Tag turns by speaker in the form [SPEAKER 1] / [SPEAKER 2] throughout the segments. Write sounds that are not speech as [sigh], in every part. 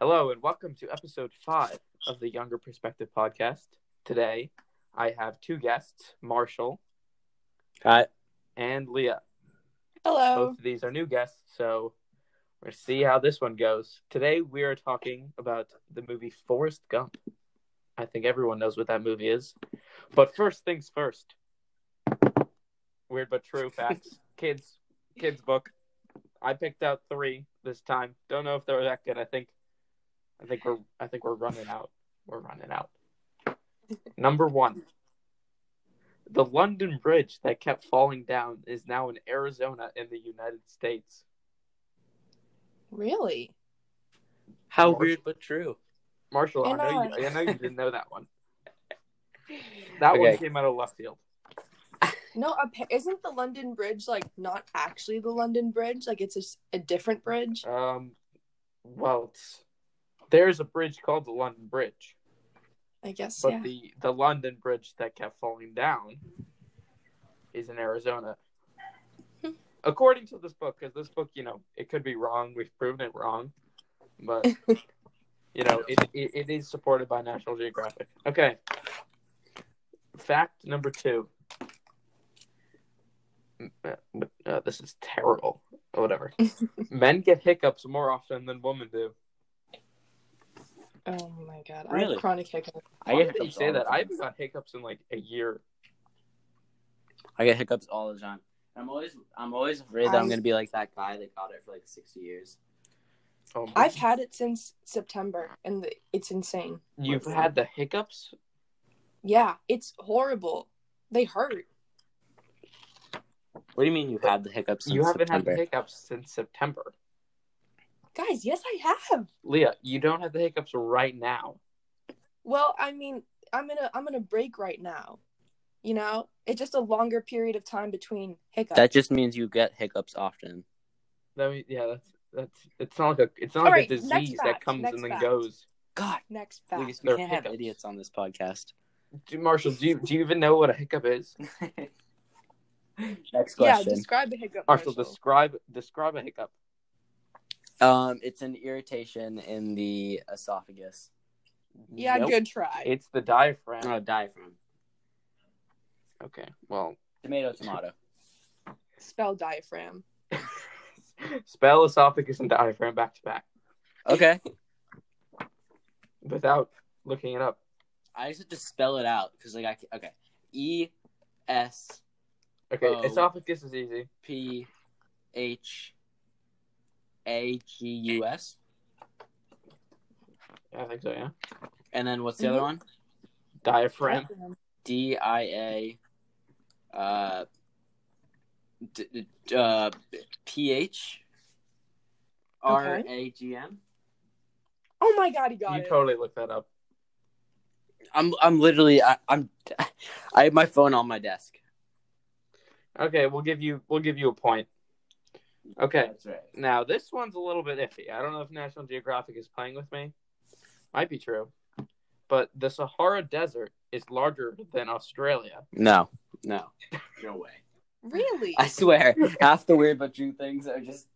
[SPEAKER 1] Hello, and welcome to episode five of the Younger Perspective podcast. Today, I have two guests, Marshall
[SPEAKER 2] Hi.
[SPEAKER 1] and Leah.
[SPEAKER 3] Hello. Oh.
[SPEAKER 1] Both of these are new guests, so we're gonna see how this one goes. Today, we are talking about the movie Forrest Gump. I think everyone knows what that movie is. But first things first weird but true facts. kids, kids' book. I picked out three this time. Don't know if they were that good. I think, I think we're, I think we're running out. We're running out. Number one, the London Bridge that kept falling down is now in Arizona in the United States.
[SPEAKER 3] Really?
[SPEAKER 2] How
[SPEAKER 1] Marshall.
[SPEAKER 2] weird but true.
[SPEAKER 1] Marshall, I
[SPEAKER 3] And
[SPEAKER 1] know, you, I
[SPEAKER 3] us.
[SPEAKER 1] know you didn't know that one. That one
[SPEAKER 2] Okay.
[SPEAKER 1] came out of left field.
[SPEAKER 3] No, appa- isn't the London Bridge like not actually the London Bridge? Like it's just a different bridge.
[SPEAKER 1] Um, well, it's, there's a bridge called the London Bridge,
[SPEAKER 3] I guess.
[SPEAKER 1] but
[SPEAKER 3] yeah.
[SPEAKER 1] the the London Bridge that kept falling down is in Arizona. According to this book, because this book, you know, it could be wrong. We've proven it wrong, but you know, it, it, it is supported by National Geographic. Okay. Fact number two. M- uh, uh, this is terrible. Whatever. Men get hiccups more often than women do.
[SPEAKER 3] oh my god. I
[SPEAKER 2] Really?
[SPEAKER 3] have chronic hiccup.
[SPEAKER 2] I
[SPEAKER 1] Why
[SPEAKER 2] get
[SPEAKER 1] did you
[SPEAKER 2] hiccups.
[SPEAKER 1] say
[SPEAKER 2] all the
[SPEAKER 1] that? I
[SPEAKER 2] time.
[SPEAKER 1] haven't got hiccups in like a year.
[SPEAKER 2] I get hiccups all the time. I'm always I'm always afraid that I'm
[SPEAKER 3] I-
[SPEAKER 2] gonna be like that guy that got it for like sixty years.
[SPEAKER 1] Oh my-
[SPEAKER 3] I've had it since September and the- it's insane.
[SPEAKER 1] You've had the hiccups?
[SPEAKER 3] Yeah, it's horrible. They hurt.
[SPEAKER 2] What do you mean you've had the hiccups since
[SPEAKER 1] you haven't
[SPEAKER 2] September?
[SPEAKER 1] had the hiccups since September.
[SPEAKER 3] Guys, yes I have.
[SPEAKER 1] Leah, you don't have the hiccups right now.
[SPEAKER 3] Well, I mean, I'm in a I'm in a break right now. You know? It's just a longer period of time between hiccups.
[SPEAKER 2] that just means you get hiccups often.
[SPEAKER 1] I mean, yeah, that's that's it's not like a it's not
[SPEAKER 3] All
[SPEAKER 1] like
[SPEAKER 3] right,
[SPEAKER 1] a
[SPEAKER 3] next
[SPEAKER 1] disease that
[SPEAKER 3] fact,
[SPEAKER 1] comes
[SPEAKER 3] next
[SPEAKER 1] and then
[SPEAKER 3] fact.
[SPEAKER 1] goes.
[SPEAKER 2] God,
[SPEAKER 3] Next
[SPEAKER 2] Lucas,
[SPEAKER 3] fact.
[SPEAKER 2] we
[SPEAKER 1] They're
[SPEAKER 2] can't have
[SPEAKER 1] hiccups.
[SPEAKER 2] idiots on this podcast.
[SPEAKER 1] Do, Marshall, do you, do you even know what a hiccup
[SPEAKER 3] [laughs]
[SPEAKER 1] is?
[SPEAKER 2] Next
[SPEAKER 3] Yeah,
[SPEAKER 2] question.
[SPEAKER 3] describe a hiccup.
[SPEAKER 1] Marshall,
[SPEAKER 3] Marshall.
[SPEAKER 1] describe describe a hiccup.
[SPEAKER 2] um, it's an irritation in the esophagus.
[SPEAKER 3] Yeah,
[SPEAKER 1] Nope.
[SPEAKER 3] good try.
[SPEAKER 1] It's the diaphragm.
[SPEAKER 2] No, diaphragm.
[SPEAKER 1] Okay, well, [laughs]
[SPEAKER 2] Tomato, tomato.
[SPEAKER 3] Spell diaphragm.
[SPEAKER 1] spell esophagus and diaphragm back to back
[SPEAKER 2] Okay.
[SPEAKER 1] without looking it up.
[SPEAKER 2] I just have to spell it out because like I ca- okay. E S
[SPEAKER 1] Okay,
[SPEAKER 2] Oh.
[SPEAKER 1] esophagus is easy.
[SPEAKER 2] P H A G U S.
[SPEAKER 1] I think so. Yeah,
[SPEAKER 2] And then what's the other
[SPEAKER 3] Mhm.
[SPEAKER 2] one?
[SPEAKER 1] diaphragm.
[SPEAKER 2] D I A uh, d- d- uh, P H R A G M.
[SPEAKER 3] Oh my god, he got
[SPEAKER 1] You
[SPEAKER 3] it.
[SPEAKER 1] totally looked that up.
[SPEAKER 2] I'm I'm literally I, I'm [laughs] I have my phone on my desk.
[SPEAKER 1] Okay, we'll give you we'll give you a point. Okay.
[SPEAKER 2] That's right.
[SPEAKER 1] Now this one's a little bit iffy. I don't know if National Geographic is playing with me. Might be true. But the Sahara Desert is larger than Australia.
[SPEAKER 2] No, no, no way.
[SPEAKER 3] Really?
[SPEAKER 2] I swear, [laughs] half the weird but true things are just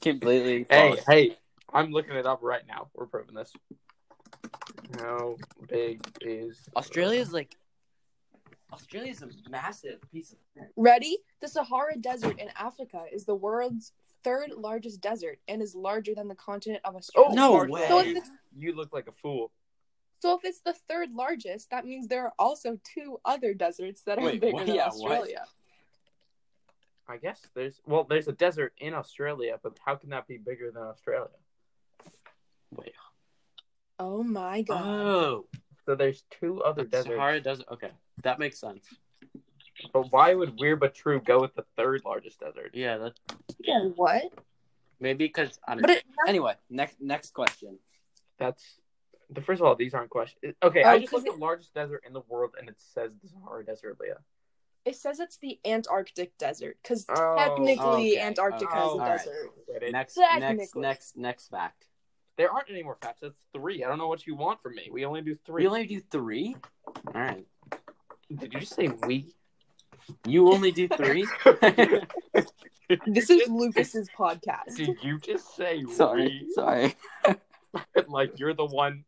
[SPEAKER 2] completely.
[SPEAKER 1] Hey,
[SPEAKER 2] false.
[SPEAKER 1] hey, I'm looking it up right now. We're proving this. How big is
[SPEAKER 2] Australia's like Australia's a massive piece of land.
[SPEAKER 3] Ready? The Sahara Desert in Africa is the world's third largest desert and is larger than the continent of
[SPEAKER 1] Oh
[SPEAKER 3] Australia.
[SPEAKER 2] No
[SPEAKER 1] Marshall,
[SPEAKER 2] way.
[SPEAKER 3] So
[SPEAKER 1] you-
[SPEAKER 3] if, it's,
[SPEAKER 1] You look like a fool.
[SPEAKER 3] so if it's the third largest, that means there are also two other deserts that are
[SPEAKER 2] Wait,
[SPEAKER 3] bigger
[SPEAKER 2] what?
[SPEAKER 3] than
[SPEAKER 2] Yeah, what?
[SPEAKER 3] Australia.
[SPEAKER 1] I guess there's well, there's a desert in Australia, but how can that be bigger than Australia?
[SPEAKER 3] Oh my god.
[SPEAKER 1] So there's two other
[SPEAKER 2] the
[SPEAKER 1] deserts.
[SPEAKER 2] Oh, Sahara Desert. Okay, that makes sense.
[SPEAKER 1] But why would Weird but True go with the third largest desert?
[SPEAKER 2] Yeah, that
[SPEAKER 3] Yeah, what?
[SPEAKER 2] maybe because I don't.
[SPEAKER 3] But it,
[SPEAKER 2] anyway, next next question.
[SPEAKER 1] That's the first of all, these aren't questions. Okay, I
[SPEAKER 3] Oh,
[SPEAKER 1] just
[SPEAKER 3] 'cause
[SPEAKER 1] looked at
[SPEAKER 3] it-
[SPEAKER 1] largest desert in the world, and it says the Sahara Desert, Leah.
[SPEAKER 3] it says it's the Antarctic desert because
[SPEAKER 1] Oh,
[SPEAKER 3] technically
[SPEAKER 2] okay.
[SPEAKER 3] Antarctica
[SPEAKER 1] Oh,
[SPEAKER 3] is a
[SPEAKER 2] alright.
[SPEAKER 3] desert.
[SPEAKER 1] Get it?
[SPEAKER 2] Next next
[SPEAKER 3] Technically.
[SPEAKER 2] next next fact.
[SPEAKER 1] There aren't any more facts. That's three. I don't know what you want from me. We only do three.
[SPEAKER 2] We only do three. All right,
[SPEAKER 1] Did you just say we?
[SPEAKER 2] you only do [laughs] three.
[SPEAKER 3] [laughs] This is Lucas's
[SPEAKER 1] [laughs]
[SPEAKER 3] podcast.
[SPEAKER 1] Did you just say
[SPEAKER 2] sorry,
[SPEAKER 1] we?
[SPEAKER 2] sorry.
[SPEAKER 1] [laughs] like you're the one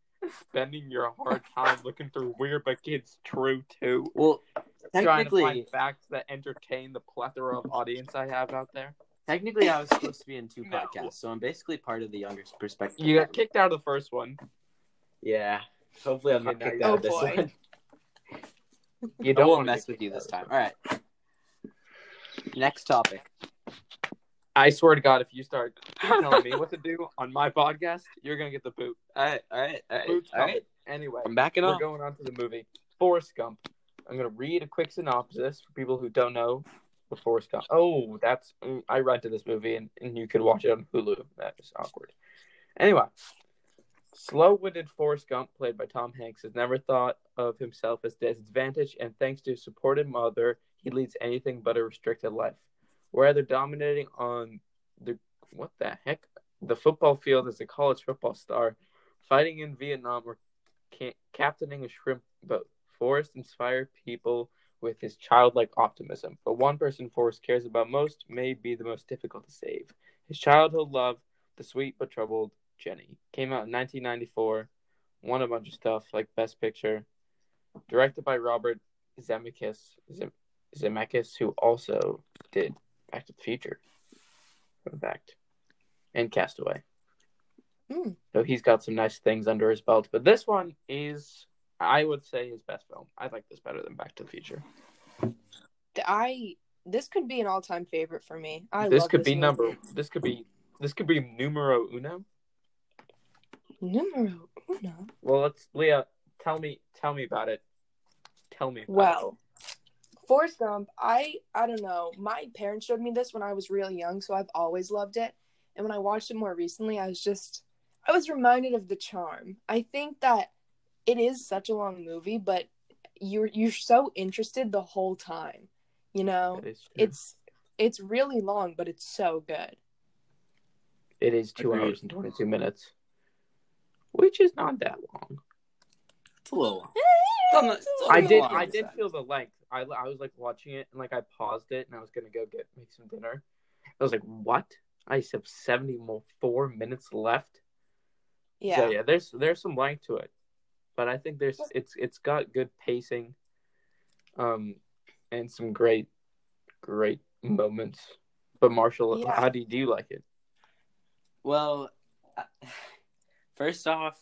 [SPEAKER 1] spending your hard time looking through weird but kids true too.
[SPEAKER 2] Well,
[SPEAKER 1] Trying to
[SPEAKER 2] technically,
[SPEAKER 1] find facts that entertain the plethora of audience I have out there.
[SPEAKER 2] technically, I was supposed to be in [laughs] two
[SPEAKER 1] No.
[SPEAKER 2] podcasts, so I'm basically part of the younger perspective.
[SPEAKER 1] You got kicked out of the first one.
[SPEAKER 2] Yeah. Hopefully, I'm not
[SPEAKER 1] Okay, now
[SPEAKER 2] kicked
[SPEAKER 1] you-
[SPEAKER 2] out of
[SPEAKER 3] Oh, boy.
[SPEAKER 2] this [laughs] one.
[SPEAKER 1] You
[SPEAKER 2] I
[SPEAKER 1] don't
[SPEAKER 2] won't
[SPEAKER 1] wanna
[SPEAKER 2] mess
[SPEAKER 1] get
[SPEAKER 2] with you
[SPEAKER 1] kicked out of
[SPEAKER 2] this time. All right. Next topic.
[SPEAKER 1] I swear to God, if you start
[SPEAKER 2] [laughs]
[SPEAKER 1] telling me what to do on my podcast, you're gonna get the boot.
[SPEAKER 2] All right. All right. All right.
[SPEAKER 1] Boots
[SPEAKER 2] All right.
[SPEAKER 1] Anyway,
[SPEAKER 2] I'm backing
[SPEAKER 1] we're
[SPEAKER 2] up.
[SPEAKER 1] going on to the movie Forrest Gump. I'm gonna read a quick synopsis for people who don't know what Forrest Gump. Oh, that's mm, I rented this movie and, and you could watch it on Hulu. That is awkward. Anyway, slow-witted Forrest Gump, played by Tom Hanks, has never thought of himself as disadvantaged, and thanks to his supportive mother, he leads anything but a restricted life. Rather dominating on the what the heck the football field as a college football star, fighting in Vietnam or ca- captaining a shrimp boat. Forrest inspired people with his childlike optimism, but one person Forrest cares about most may be the most difficult to save. His childhood love, the sweet but troubled Jenny, came out in 1994, won a bunch of stuff like Best Picture, directed by Robert Zemeckis, Zem- Zemeckis who also did Back to the Future, in fact, and Castaway.
[SPEAKER 3] Hmm.
[SPEAKER 1] So he's got some nice things under his belt, but this one is, I would say, his best film. I like this better than Back to the Future.
[SPEAKER 3] I this could be an all time favorite for me. I
[SPEAKER 1] this
[SPEAKER 3] love
[SPEAKER 1] could be
[SPEAKER 3] movie.
[SPEAKER 1] number. This could be. This could be numero uno.
[SPEAKER 3] numero uno.
[SPEAKER 1] Well, let's Leah. Tell me. Tell me about it. Tell me. about
[SPEAKER 3] Well, Forrest Gump, I I don't know. My parents showed me this when I was really young, so I've always loved it. And when I watched it more recently, I was just I was reminded of the charm. I think that it is such a long movie, but you're you're so interested the whole time. You know,
[SPEAKER 1] it. That is true.
[SPEAKER 3] it's it's really long, but it's so [laughs] good.
[SPEAKER 1] It is two
[SPEAKER 2] Agreed.
[SPEAKER 1] hours and twenty two minutes, which is not that long.
[SPEAKER 2] It's a little. I'm not- Oh,
[SPEAKER 1] I
[SPEAKER 2] no,
[SPEAKER 1] did.
[SPEAKER 2] I
[SPEAKER 1] I did
[SPEAKER 2] understand.
[SPEAKER 1] feel the length. I I was like watching it and like I paused it and I was gonna go get make some dinner. I was like, what? I just have seventy more four minutes left.
[SPEAKER 3] Yeah.
[SPEAKER 1] So yeah, there's there's some length to it, but I think there's it's it's got good pacing, um, and some great, great moments. But Marshall,
[SPEAKER 3] Yeah.
[SPEAKER 1] how do you, do you like it?
[SPEAKER 2] Well, I- [sighs] first off,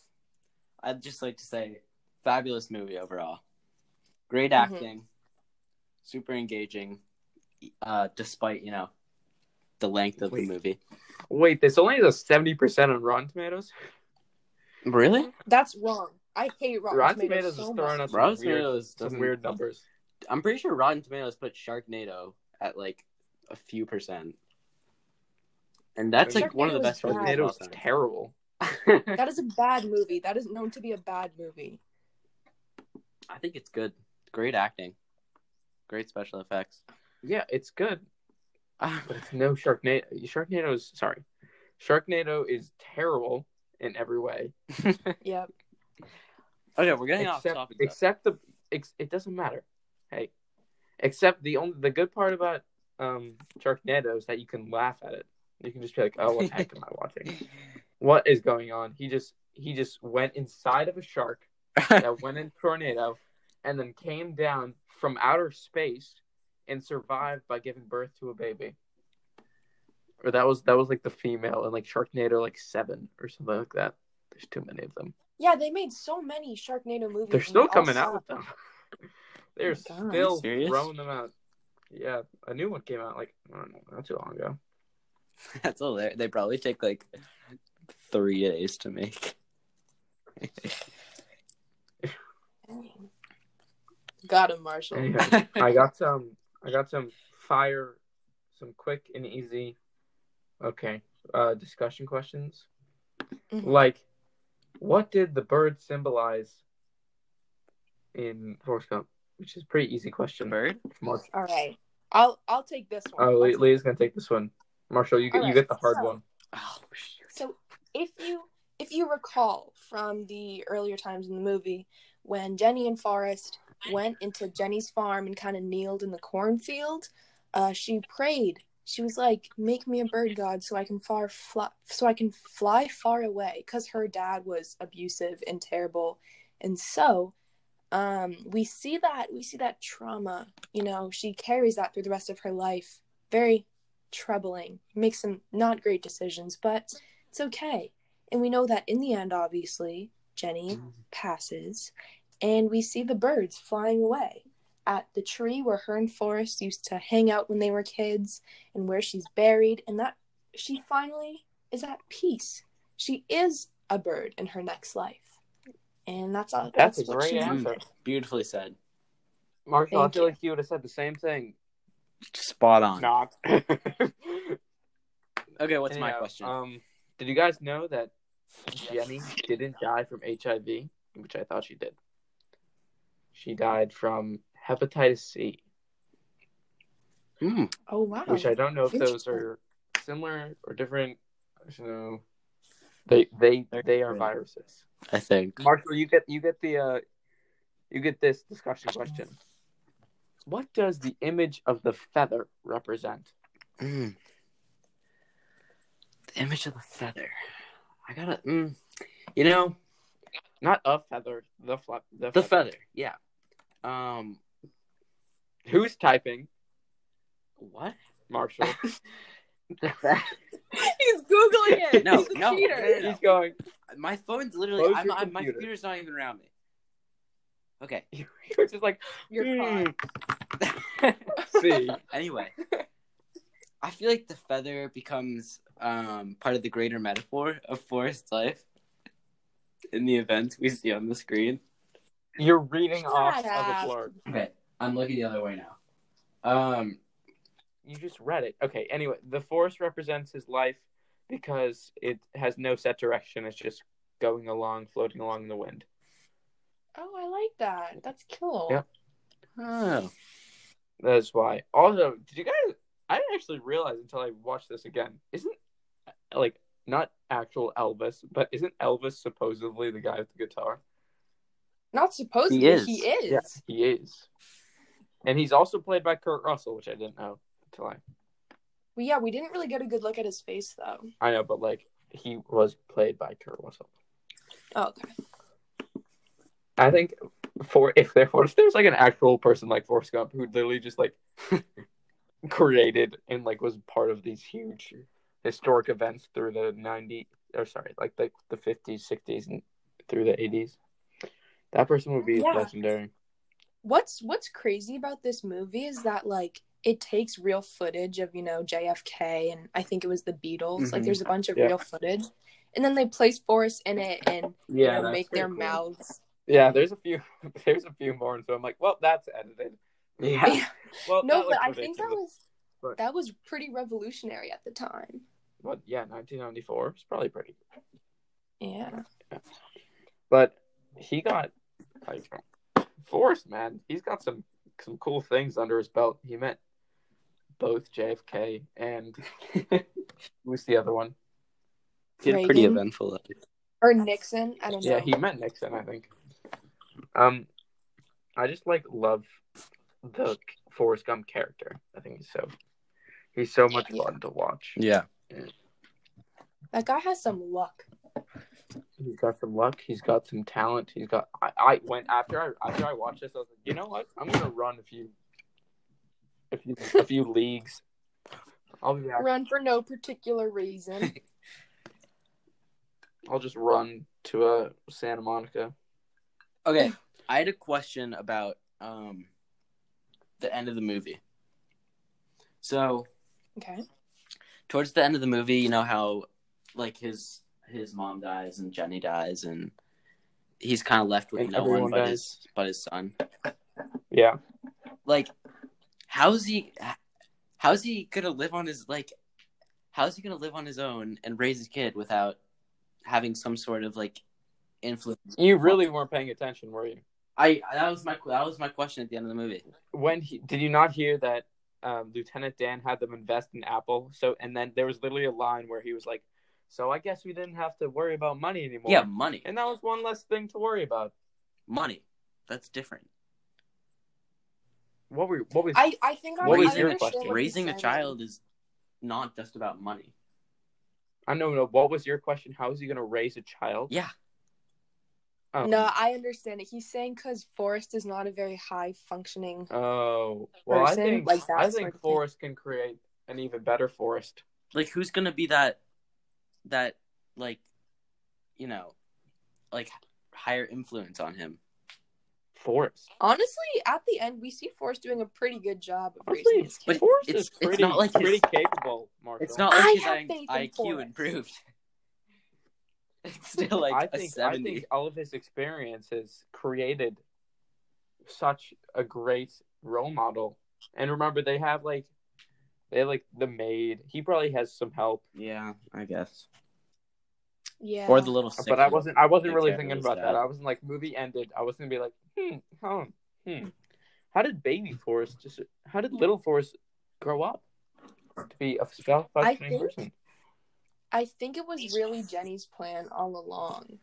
[SPEAKER 2] I'd just like to say fabulous movie overall. Great
[SPEAKER 3] Mhm.
[SPEAKER 2] acting, super engaging, uh, despite, you know, the length of
[SPEAKER 1] Wait.
[SPEAKER 2] the movie.
[SPEAKER 1] Wait, this only has a seventy percent on Rotten Tomatoes.
[SPEAKER 2] Really?
[SPEAKER 3] That's wrong. I hate Rotten,
[SPEAKER 1] Rotten Tomatoes,
[SPEAKER 3] Tomatoes, so
[SPEAKER 1] is
[SPEAKER 3] much.
[SPEAKER 1] throwing out some
[SPEAKER 2] Rotten
[SPEAKER 1] weird,
[SPEAKER 2] Tomatoes
[SPEAKER 1] some
[SPEAKER 2] doesn't-
[SPEAKER 1] weird numbers.
[SPEAKER 2] I'm pretty sure Rotten Tomatoes put Sharknado at like a few percent. And that's like one of the
[SPEAKER 3] Sharknado is
[SPEAKER 2] best movies of all
[SPEAKER 1] Tornado's
[SPEAKER 2] time.
[SPEAKER 1] terrible.
[SPEAKER 2] [laughs] I
[SPEAKER 3] That is a bad movie. That is known to be a bad movie.
[SPEAKER 2] think it's good. Great acting. Great special effects. [sighs]
[SPEAKER 1] Yeah, it's good, but it's no Sharknado. Sharknado is sorry, Sharknado is terrible in every way.
[SPEAKER 3] Yep.
[SPEAKER 2] Okay, we're getting off
[SPEAKER 1] except,
[SPEAKER 2] topic. though.
[SPEAKER 1] except the ex, it doesn't matter. Hey, except the only the good part about um Sharknado is that you can laugh at it. You can just be like, "Oh, what the heck am I watching? What is going on?" He just he just went inside of a shark
[SPEAKER 2] [laughs]
[SPEAKER 1] that went in a tornado, and then came down from outer space and survived by giving birth to a baby. Or that was that was like the female in like Sharknado like seven or something like that. There's too many of them.
[SPEAKER 3] Yeah, they made so many Sharknado movies.
[SPEAKER 1] They're
[SPEAKER 3] and
[SPEAKER 1] still
[SPEAKER 3] all
[SPEAKER 1] coming out
[SPEAKER 3] suck.
[SPEAKER 1] with them. [laughs] They're
[SPEAKER 3] Oh my God.
[SPEAKER 2] Are
[SPEAKER 1] still
[SPEAKER 2] you serious?
[SPEAKER 1] throwing them out. Yeah, a new one came out like I don't know, not too long ago.
[SPEAKER 2] [laughs] That's all there. They probably take like three days
[SPEAKER 1] [laughs]
[SPEAKER 2] to make.
[SPEAKER 3] Got him, Marshall.
[SPEAKER 1] Anyway, I got some. I got some fire, some quick and easy. Okay, uh, discussion questions.
[SPEAKER 3] Mhm.
[SPEAKER 1] Like, what did the bird symbolize in Forrest Gump? Which is a pretty easy question.
[SPEAKER 2] Bird?
[SPEAKER 1] Marshall.
[SPEAKER 3] All right, I'll I'll take this one.
[SPEAKER 1] Oh,
[SPEAKER 3] I'll
[SPEAKER 1] Le-
[SPEAKER 3] take-
[SPEAKER 1] Leah's gonna take this one. Marshall, you get you
[SPEAKER 3] Alright,
[SPEAKER 1] get the hard
[SPEAKER 3] so-
[SPEAKER 1] one.
[SPEAKER 2] [laughs] Oh, shoot.
[SPEAKER 3] So if you if you recall from the earlier times in the movie when Jenny and Forrest went into Jenny's farm and kind of kneeled in the cornfield, uh, she prayed. she was like, "Make me a bird god so I can far fly, so I can fly far away," because her dad was abusive and terrible, and so um, we see that we see that trauma. You know, she carries that through the rest of her life. Very troubling. Makes some not great decisions, but it's okay. And we know that in the end, obviously, Jenny passes, and we see the birds flying away at the tree where her and Forrest used to hang out when they were kids and where she's buried and that she finally is at peace. She is a bird in her next life. And that's all
[SPEAKER 1] That's
[SPEAKER 3] that's,
[SPEAKER 1] a
[SPEAKER 3] what
[SPEAKER 1] great
[SPEAKER 3] she's
[SPEAKER 1] answer.
[SPEAKER 2] Beautifully said.
[SPEAKER 1] Marshall, oh, I
[SPEAKER 3] Thank
[SPEAKER 1] feel
[SPEAKER 3] you.
[SPEAKER 1] like you would have said the same thing.
[SPEAKER 2] Spot on.
[SPEAKER 1] Not. [laughs]
[SPEAKER 2] Okay, what's my
[SPEAKER 1] Anyhow,
[SPEAKER 2] question?
[SPEAKER 1] Um, did you guys know that Jenny didn't die from HIV, which I thought she did? She died from hepatitis C,
[SPEAKER 2] Hmm.
[SPEAKER 3] Oh wow.
[SPEAKER 1] which I don't know if those
[SPEAKER 3] Interesting.
[SPEAKER 1] are similar or different. So they they
[SPEAKER 2] They're
[SPEAKER 1] they are
[SPEAKER 2] different.
[SPEAKER 1] viruses.
[SPEAKER 2] I think.
[SPEAKER 1] Marshall, you get you get the uh, you get this discussion question. What does the image of the feather represent?
[SPEAKER 2] Mm. The image of the feather. I gotta. Mm. You know
[SPEAKER 1] Not a feather, the fla- the,
[SPEAKER 2] the feather. Yeah. Um.
[SPEAKER 1] Who's typing,
[SPEAKER 2] What?
[SPEAKER 1] Marshall?
[SPEAKER 2] [laughs]
[SPEAKER 3] [laughs] He's googling it.
[SPEAKER 2] No,
[SPEAKER 3] He's a
[SPEAKER 2] no,
[SPEAKER 3] cheater.
[SPEAKER 2] no, no, no.
[SPEAKER 1] He's going. [laughs]
[SPEAKER 2] my phone's literally.
[SPEAKER 1] Close
[SPEAKER 2] I'm,
[SPEAKER 1] your
[SPEAKER 2] I'm, my
[SPEAKER 1] computer.
[SPEAKER 2] computer's not even around me. Okay.
[SPEAKER 1] You're just like
[SPEAKER 3] You're
[SPEAKER 1] "Hmm,
[SPEAKER 3] caught.
[SPEAKER 2] [laughs]
[SPEAKER 1] see.
[SPEAKER 2] anyway, I feel like the feather becomes um, part of the greater metaphor of Forrest's life [laughs] in the event we see on the screen.
[SPEAKER 1] You're reading
[SPEAKER 3] Shut
[SPEAKER 1] off
[SPEAKER 3] up.
[SPEAKER 1] of a blurb.
[SPEAKER 2] Okay, I'm looking the other way now. Um,
[SPEAKER 1] You just read it. Okay. Anyway, the forest represents his life because it has no set direction. It's just going along, floating along in the wind.
[SPEAKER 3] Oh, I like that. That's cool.
[SPEAKER 1] Yep.
[SPEAKER 2] oh,
[SPEAKER 1] That's why. Also, did you guys? I didn't actually realize until I watched this again. Isn't like not actual Elvis, but isn't Elvis supposedly the guy with the guitar?
[SPEAKER 3] Not supposedly
[SPEAKER 2] He is.
[SPEAKER 3] he is.
[SPEAKER 1] he is. And he's also played by Kurt Russell, which I didn't know until I.
[SPEAKER 3] Well, yeah, we didn't really get a good look at his face though.
[SPEAKER 1] I know, but like he was played by Kurt Russell.
[SPEAKER 3] Oh, okay.
[SPEAKER 1] I think for if there what if there's like an actual person like Forrest Gump who literally just like [laughs] created and like was part of these huge historic events through the 90 or sorry like the, the 50s 60s and through the 80s that person would be
[SPEAKER 3] Yeah.
[SPEAKER 1] legendary
[SPEAKER 3] What's what's crazy about this movie is that like it takes real footage of, you know, JFK and I think it was the Beatles. Like
[SPEAKER 2] Mhm.
[SPEAKER 3] there's a bunch of
[SPEAKER 1] Yeah.
[SPEAKER 3] real footage. And then they place Forrest in it and you
[SPEAKER 2] yeah,
[SPEAKER 3] know, make their mouths.
[SPEAKER 1] yeah there's a few [laughs] there's a few more and so i'm like well that's edited
[SPEAKER 2] [laughs] Yeah,
[SPEAKER 1] well
[SPEAKER 3] [laughs] No,
[SPEAKER 1] that
[SPEAKER 3] but
[SPEAKER 1] looks
[SPEAKER 3] I think that
[SPEAKER 1] ridiculous.
[SPEAKER 3] was
[SPEAKER 1] but-
[SPEAKER 3] that was pretty revolutionary at the time.
[SPEAKER 1] what yeah 1994 it's probably pretty
[SPEAKER 3] Yeah.
[SPEAKER 1] but he got like Forrest, man. He's got some some cool things under his belt. He met both JFK and who's the other one?
[SPEAKER 2] He had a pretty
[SPEAKER 3] Reagan.
[SPEAKER 2] eventful life.
[SPEAKER 3] Or Nixon, I don't know.
[SPEAKER 1] Yeah, he met Nixon, I think. Um, I just like love the Forrest Gump character. I think he's so he's so much fun to watch.
[SPEAKER 2] Yeah,
[SPEAKER 3] That guy has some luck.
[SPEAKER 1] He's got some luck. He's got some talent. He's got. I, I went after I after I watched this. I was like, you know what? I'm gonna run a few, a few, a few leagues. I'll be back.
[SPEAKER 3] Run for no particular
[SPEAKER 2] [laughs]
[SPEAKER 3] reason.
[SPEAKER 1] I'll just run to uh, Santa Monica.
[SPEAKER 2] Okay, I had a question about um the end of the movie. So
[SPEAKER 3] Okay.
[SPEAKER 2] towards the end of the movie, you know how like his his mom dies and Jenny dies and he's kind of left with
[SPEAKER 1] And
[SPEAKER 2] no one
[SPEAKER 1] everyone
[SPEAKER 2] but
[SPEAKER 1] dies.
[SPEAKER 2] his but his son.
[SPEAKER 1] Yeah,
[SPEAKER 2] Like, how's he how's he gonna live on his like how's he gonna live on his own and raise a kid without having some sort of like influence?
[SPEAKER 1] you really weren't paying attention, were you?
[SPEAKER 2] I that was my that was my question at the end of the movie.
[SPEAKER 1] When he, did you not hear that um, Lieutenant Dan had them invest in Apple? So and then there was literally a line where he was like, "So I guess we didn't have to worry about money anymore."
[SPEAKER 2] Yeah, money,
[SPEAKER 1] and that was one less thing to worry about.
[SPEAKER 2] money. That's different.
[SPEAKER 1] What were what was
[SPEAKER 3] I, I think I
[SPEAKER 1] What
[SPEAKER 3] I
[SPEAKER 1] was your
[SPEAKER 3] understand
[SPEAKER 1] question?
[SPEAKER 3] what you're
[SPEAKER 2] Raising a
[SPEAKER 3] saying.
[SPEAKER 2] child is not just about money.
[SPEAKER 1] I don't know. What was your question? How is he going to raise a child?
[SPEAKER 2] Yeah.
[SPEAKER 1] Um,
[SPEAKER 3] no, I understand it. He's saying because Forrest is not a very high functioning.
[SPEAKER 1] Oh, well, I
[SPEAKER 3] Person,
[SPEAKER 1] think
[SPEAKER 3] like that
[SPEAKER 1] I
[SPEAKER 3] sort of
[SPEAKER 1] think
[SPEAKER 3] thing.
[SPEAKER 1] Forrest can create an even better Forrest.
[SPEAKER 2] Like who's gonna be that that like you know like higher influence on him?
[SPEAKER 1] Forrest.
[SPEAKER 3] Honestly, at the end, we see Forrest doing a pretty good job of
[SPEAKER 1] Honestly,
[SPEAKER 3] raising his
[SPEAKER 2] But
[SPEAKER 3] kid.
[SPEAKER 1] Forrest
[SPEAKER 2] it's-
[SPEAKER 1] is
[SPEAKER 2] it's
[SPEAKER 1] pretty,
[SPEAKER 2] not like his-
[SPEAKER 1] pretty capable, Marshall.
[SPEAKER 2] It's not
[SPEAKER 3] I
[SPEAKER 2] like his
[SPEAKER 3] have
[SPEAKER 2] I-
[SPEAKER 3] faith in
[SPEAKER 2] IQ
[SPEAKER 3] Forrest.
[SPEAKER 2] improved. [laughs] It's still like
[SPEAKER 1] I
[SPEAKER 2] a
[SPEAKER 1] think I
[SPEAKER 2] seventy.
[SPEAKER 1] think all of his experiences created such a great role model. And remember, they have like they have, like the maid. He probably has some help,
[SPEAKER 2] Yeah, I guess.
[SPEAKER 3] Yeah.
[SPEAKER 2] Or the little.
[SPEAKER 1] but I wasn't. I wasn't
[SPEAKER 2] They
[SPEAKER 1] really
[SPEAKER 2] can't
[SPEAKER 1] thinking
[SPEAKER 2] release
[SPEAKER 1] about that.
[SPEAKER 2] that.
[SPEAKER 1] I wasn't like movie ended. I was gonna be like, hmm, huh, hmm. How did baby Forrest just? How did little Forrest grow up to be a self functioning
[SPEAKER 3] think-
[SPEAKER 1] person?
[SPEAKER 3] I think it was really Jenny's plan all along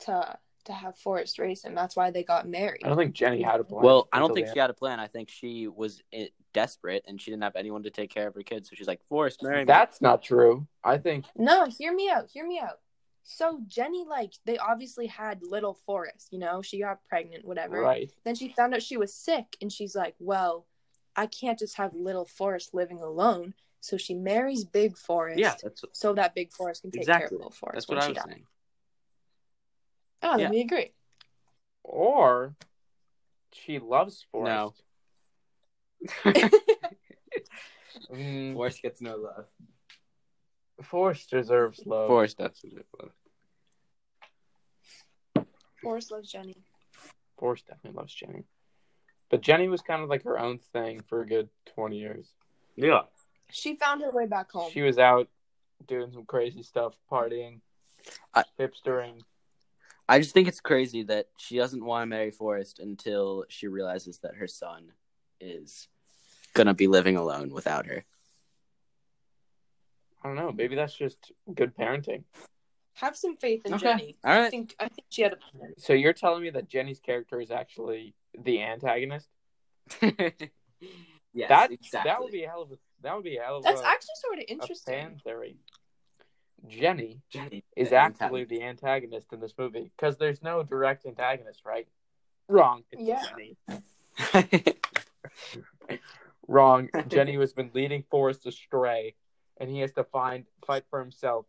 [SPEAKER 3] to to have Forrest raise him. That's why they got married.
[SPEAKER 1] I don't think Jenny had a plan.
[SPEAKER 2] Well, I don't
[SPEAKER 1] until
[SPEAKER 2] think
[SPEAKER 1] the
[SPEAKER 2] she had a plan. I think she was eh, desperate and she didn't have anyone to take care of her kids. So she's like, Forrest, marry me.
[SPEAKER 1] end. That's not true. I think
[SPEAKER 3] No, hear me out. Hear me out. So Jenny, like, they obviously had little Forrest. You know, she got pregnant, whatever.
[SPEAKER 1] right.
[SPEAKER 3] Then she found out she was sick, and she's like, "Well, I can't just have little Forrest living alone." So she marries Big Forrest.
[SPEAKER 2] yeah, that's
[SPEAKER 3] So that Big Forrest can take care of
[SPEAKER 2] Exactly.
[SPEAKER 3] little Forrest.
[SPEAKER 2] that's
[SPEAKER 3] when
[SPEAKER 2] what I
[SPEAKER 3] she
[SPEAKER 2] was
[SPEAKER 3] dies.
[SPEAKER 2] saying.
[SPEAKER 3] Oh, then
[SPEAKER 2] Yeah.
[SPEAKER 3] we agree.
[SPEAKER 1] Or she loves Forrest.
[SPEAKER 2] No.
[SPEAKER 1] Mm,
[SPEAKER 2] Forrest gets no love.
[SPEAKER 1] Forrest deserves love.
[SPEAKER 2] Forrest does deserve love.
[SPEAKER 3] Forrest loves Jenny.
[SPEAKER 1] Forrest definitely loves Jenny. But Jenny was kind of like her own thing for a good 20 years.
[SPEAKER 2] Yeah.
[SPEAKER 3] She found her way back home.
[SPEAKER 1] She was out doing some crazy stuff, partying,
[SPEAKER 2] I-
[SPEAKER 1] hipstering.
[SPEAKER 2] I just think it's crazy that she doesn't want to marry Forrest until she realizes that her son is gonna be living alone without
[SPEAKER 1] [laughs]
[SPEAKER 2] her.
[SPEAKER 1] I don't know. Maybe that's just good parenting.
[SPEAKER 3] Have some faith in
[SPEAKER 2] Okay.
[SPEAKER 3] Jenny.
[SPEAKER 2] All
[SPEAKER 3] I
[SPEAKER 2] right.
[SPEAKER 3] think I think she had a plan.
[SPEAKER 1] So you're telling me that Jenny's character is actually the antagonist?
[SPEAKER 2] yes,
[SPEAKER 1] that
[SPEAKER 2] exactly.
[SPEAKER 1] that would be a hell of a that would be a hell of uh,
[SPEAKER 3] That's
[SPEAKER 1] a,
[SPEAKER 3] actually sort of
[SPEAKER 1] a fan
[SPEAKER 3] interesting.
[SPEAKER 1] theory. Jenny
[SPEAKER 2] Jenny
[SPEAKER 1] is
[SPEAKER 2] the
[SPEAKER 1] actually
[SPEAKER 2] antagonist.
[SPEAKER 1] the antagonist in this movie because there's no direct antagonist, right? Wrong. It's
[SPEAKER 3] Yeah.
[SPEAKER 1] Jenny.
[SPEAKER 3] [laughs]
[SPEAKER 1] Wrong. Jenny has been leading Forrest astray, and he has to find fight for himself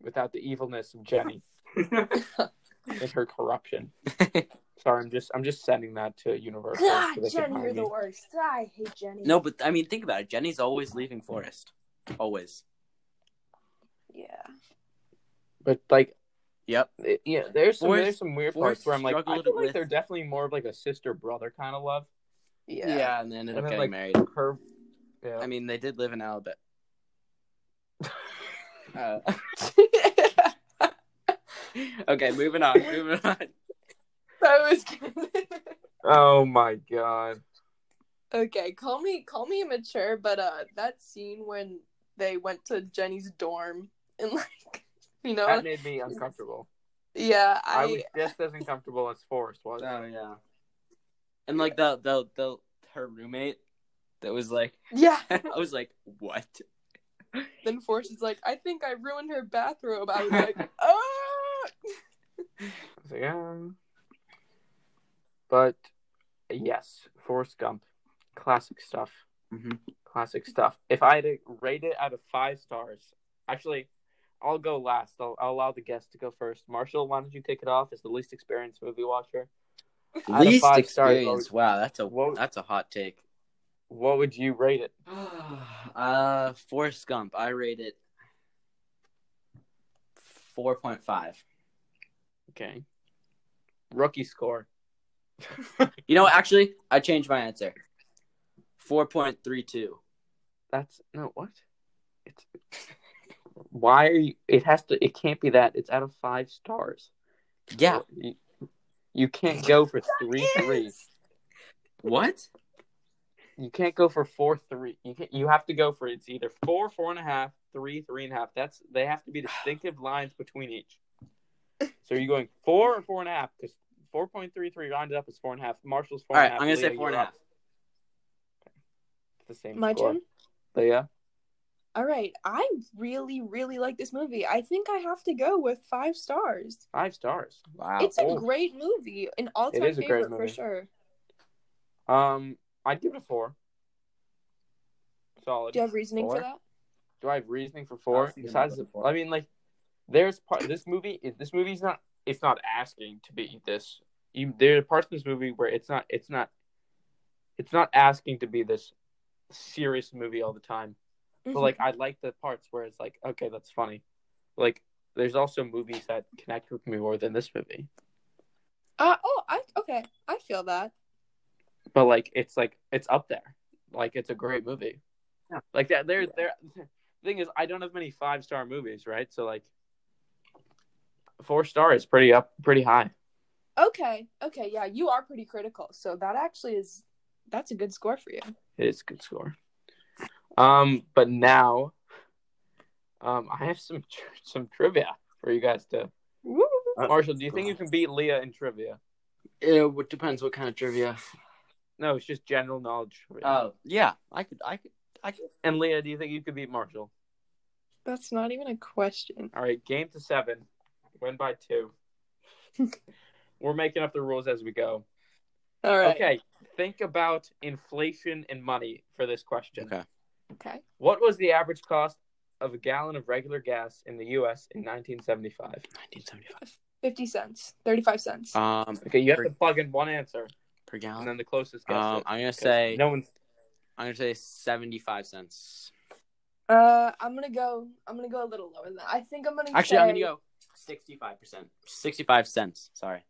[SPEAKER 1] without the evilness of
[SPEAKER 3] [laughs]
[SPEAKER 1] Jenny and her corruption. Sorry, I'm just I'm just sending that to Universal.
[SPEAKER 3] God,
[SPEAKER 1] so they can
[SPEAKER 3] Ah, Jenny,
[SPEAKER 1] hire
[SPEAKER 3] you're the
[SPEAKER 1] me.
[SPEAKER 3] worst. I hate Jenny.
[SPEAKER 2] [laughs] no, but I mean, think about it. Jenny's always leaving Forrest. Always.
[SPEAKER 3] Yeah.
[SPEAKER 1] But like,
[SPEAKER 2] Yep.
[SPEAKER 1] it- yeah, there's some
[SPEAKER 2] Forrest-
[SPEAKER 1] there's some weird
[SPEAKER 2] Forrest
[SPEAKER 1] parts where I'm like, I
[SPEAKER 2] struggled
[SPEAKER 1] feel like
[SPEAKER 2] with-
[SPEAKER 1] they're definitely more of like a sister brother kind of love.
[SPEAKER 3] Yeah. [laughs]
[SPEAKER 2] and they ended
[SPEAKER 1] And
[SPEAKER 2] up
[SPEAKER 1] then like
[SPEAKER 2] getting married.
[SPEAKER 1] her, yeah.
[SPEAKER 2] I mean, they did live in
[SPEAKER 1] [laughs]
[SPEAKER 2] Alabama. Uh, [laughs]
[SPEAKER 3] that
[SPEAKER 2] okay, moving on. Moving on.
[SPEAKER 3] was good. [laughs]
[SPEAKER 1] Oh my god.
[SPEAKER 3] okay, call me call me immature, but uh that scene when they went to Jenny's dorm and [laughs] like you know
[SPEAKER 1] That made me uncomfortable.
[SPEAKER 3] Yeah,
[SPEAKER 1] I,
[SPEAKER 3] I,
[SPEAKER 1] was just as uncomfortable as Forrest was.
[SPEAKER 2] Oh yeah. And like the the the her roommate that was like
[SPEAKER 3] yeah.
[SPEAKER 2] [laughs] I was like what?
[SPEAKER 3] Then Forrest is like, I think I ruined her bathrobe. I
[SPEAKER 1] [laughs]
[SPEAKER 3] was like, oh
[SPEAKER 1] I was like, "Um." But yes, Forrest Gump, classic stuff.
[SPEAKER 2] Mhm.
[SPEAKER 1] Classic stuff. If I had to rate it out of five stars, actually, I'll go last. I'll, I'll allow the guest to go first. Marshall, why don't you kick it off as the least experienced movie watcher? Out of
[SPEAKER 2] Least
[SPEAKER 1] five stars, what
[SPEAKER 2] experience.
[SPEAKER 1] would-
[SPEAKER 2] wow, that's a
[SPEAKER 1] what-
[SPEAKER 2] that's a hot take. [sighs]
[SPEAKER 1] What would you rate it?
[SPEAKER 2] uh, Forrest Gump. I rate it four point five.
[SPEAKER 1] Okay. Rookie score.
[SPEAKER 2] You know, actually, I changed my answer. Four point three two.
[SPEAKER 1] That's no what? It's [laughs] why are you? It has to. It can't be that. It's out of five stars.
[SPEAKER 2] Yeah.
[SPEAKER 1] You, you can't go for three three.
[SPEAKER 2] What?
[SPEAKER 1] You can't go for four three. You can You have to go for it's either four four and a half, three three and a half. That's they have
[SPEAKER 2] [sighs]
[SPEAKER 1] to be distinctive lines between each. So you're going four or four and a half because four point three three rounded up is four and a half. Marshall's four
[SPEAKER 2] All
[SPEAKER 1] and
[SPEAKER 2] right,
[SPEAKER 1] a half.
[SPEAKER 2] I'm gonna say
[SPEAKER 1] Leah,
[SPEAKER 2] four and a
[SPEAKER 1] you're
[SPEAKER 2] half.
[SPEAKER 1] up. It's the same.
[SPEAKER 3] My
[SPEAKER 1] score.
[SPEAKER 3] turn?
[SPEAKER 1] Leah,
[SPEAKER 3] All right. I really, really like this movie. I think I have to go with five stars.
[SPEAKER 1] Five stars.
[SPEAKER 2] Wow.
[SPEAKER 3] It's a
[SPEAKER 1] Oh.
[SPEAKER 3] great movie, an all time
[SPEAKER 1] is a great
[SPEAKER 3] favorite for
[SPEAKER 1] movie.
[SPEAKER 3] sure.
[SPEAKER 1] Um, I'd give it a four. Solid.
[SPEAKER 3] Do you have reasoning
[SPEAKER 2] Four?
[SPEAKER 3] for that?
[SPEAKER 1] Do I have reasoning for four?
[SPEAKER 2] I'll see them
[SPEAKER 1] Besides,
[SPEAKER 2] both
[SPEAKER 1] the,
[SPEAKER 2] at four.
[SPEAKER 1] I mean, like, there's part. This movie is this movie's not. It's not asking to be this. You, there are parts in this movie where it's not. It's not. It's not asking to be this serious movie all the time.
[SPEAKER 3] Mm-hmm.
[SPEAKER 1] But like, I like the parts where it's like, okay, that's funny. Like, there's also movies that connect with me more than this movie.
[SPEAKER 3] uh, oh, I okay. I feel that.
[SPEAKER 1] but like it's like it's up there like it's a great movie
[SPEAKER 2] Yeah.
[SPEAKER 1] like that there's there the thing is i don't have many five star movies right so like four star is pretty up pretty high
[SPEAKER 3] Okay. Okay. Yeah, you are pretty critical. So that actually is that's a good score for you.
[SPEAKER 1] it is a good score um but now um i have some tr- some trivia for you guys to
[SPEAKER 3] Woo.
[SPEAKER 1] marshall do you think you can beat leah in trivia
[SPEAKER 2] It depends what kind of trivia.
[SPEAKER 1] no it's just general knowledge trivia.
[SPEAKER 2] Oh, yeah. I could. I could. I could.
[SPEAKER 1] and leah do you think you could beat marshall
[SPEAKER 3] That's not even a question.
[SPEAKER 1] All right, game to seven. Win by
[SPEAKER 3] [laughs]
[SPEAKER 1] two. We're making up the rules as we go.
[SPEAKER 3] All right.
[SPEAKER 1] Okay, think about inflation and money for this question.
[SPEAKER 2] Okay.
[SPEAKER 3] Okay.
[SPEAKER 1] What was the average cost of a gallon of regular gas in the U.S. in 1975?
[SPEAKER 2] 1975.
[SPEAKER 3] 50 cents, 35 cents.
[SPEAKER 2] Um,
[SPEAKER 1] Okay, you have
[SPEAKER 2] per,
[SPEAKER 1] to plug in one answer,
[SPEAKER 2] per
[SPEAKER 1] and
[SPEAKER 2] gallon.
[SPEAKER 1] then the closest gets
[SPEAKER 2] Um,
[SPEAKER 1] it.
[SPEAKER 2] I'm gonna
[SPEAKER 1] 'Cause
[SPEAKER 2] say.
[SPEAKER 1] no one's
[SPEAKER 2] I'm gonna say 75 cents.
[SPEAKER 3] Uh, I'm gonna go. I'm gonna go a little lower than that. I think I'm gonna
[SPEAKER 2] Actually,
[SPEAKER 3] say,
[SPEAKER 2] I'm gonna go 65 percent. 65 cents. Sorry.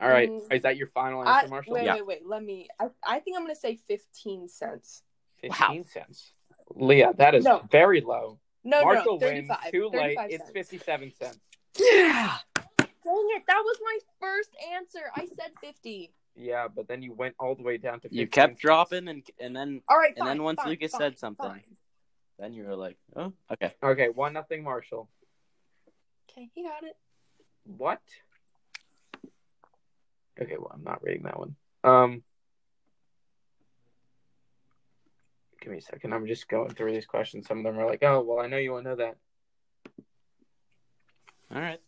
[SPEAKER 1] all right.
[SPEAKER 3] Mm.
[SPEAKER 1] Is that your final
[SPEAKER 3] I,
[SPEAKER 1] answer, Marshall?
[SPEAKER 3] wait,
[SPEAKER 2] Yeah.
[SPEAKER 3] wait, wait. Let me. I, I think I'm gonna say 15 cents.
[SPEAKER 1] Fifteen cents. Leah, that is
[SPEAKER 3] No.
[SPEAKER 1] very low.
[SPEAKER 3] No,
[SPEAKER 1] Marshall
[SPEAKER 3] no, no,
[SPEAKER 1] wins
[SPEAKER 3] 35.
[SPEAKER 1] too late.
[SPEAKER 3] 35
[SPEAKER 1] It's
[SPEAKER 3] cents.
[SPEAKER 1] 57 cents.
[SPEAKER 2] Yeah.
[SPEAKER 3] Dang it! That was my first answer. I said 50.
[SPEAKER 1] Yeah, but then you went all the way down to. 15
[SPEAKER 2] You kept
[SPEAKER 1] cents.
[SPEAKER 2] dropping, and and then
[SPEAKER 3] All right.
[SPEAKER 2] And then
[SPEAKER 3] fine,
[SPEAKER 2] once
[SPEAKER 3] fine,
[SPEAKER 2] Lucas
[SPEAKER 3] fine,
[SPEAKER 2] said something.
[SPEAKER 3] fine.
[SPEAKER 2] then you were like, oh, okay.
[SPEAKER 1] Okay, one nothing, Marshall.
[SPEAKER 3] Okay, he got it.
[SPEAKER 1] What? Okay, well, I'm not reading that one. Um, give me a second. I'm just going through these questions. Some of them are like, "Oh, well, I know you want to know that."
[SPEAKER 2] All right.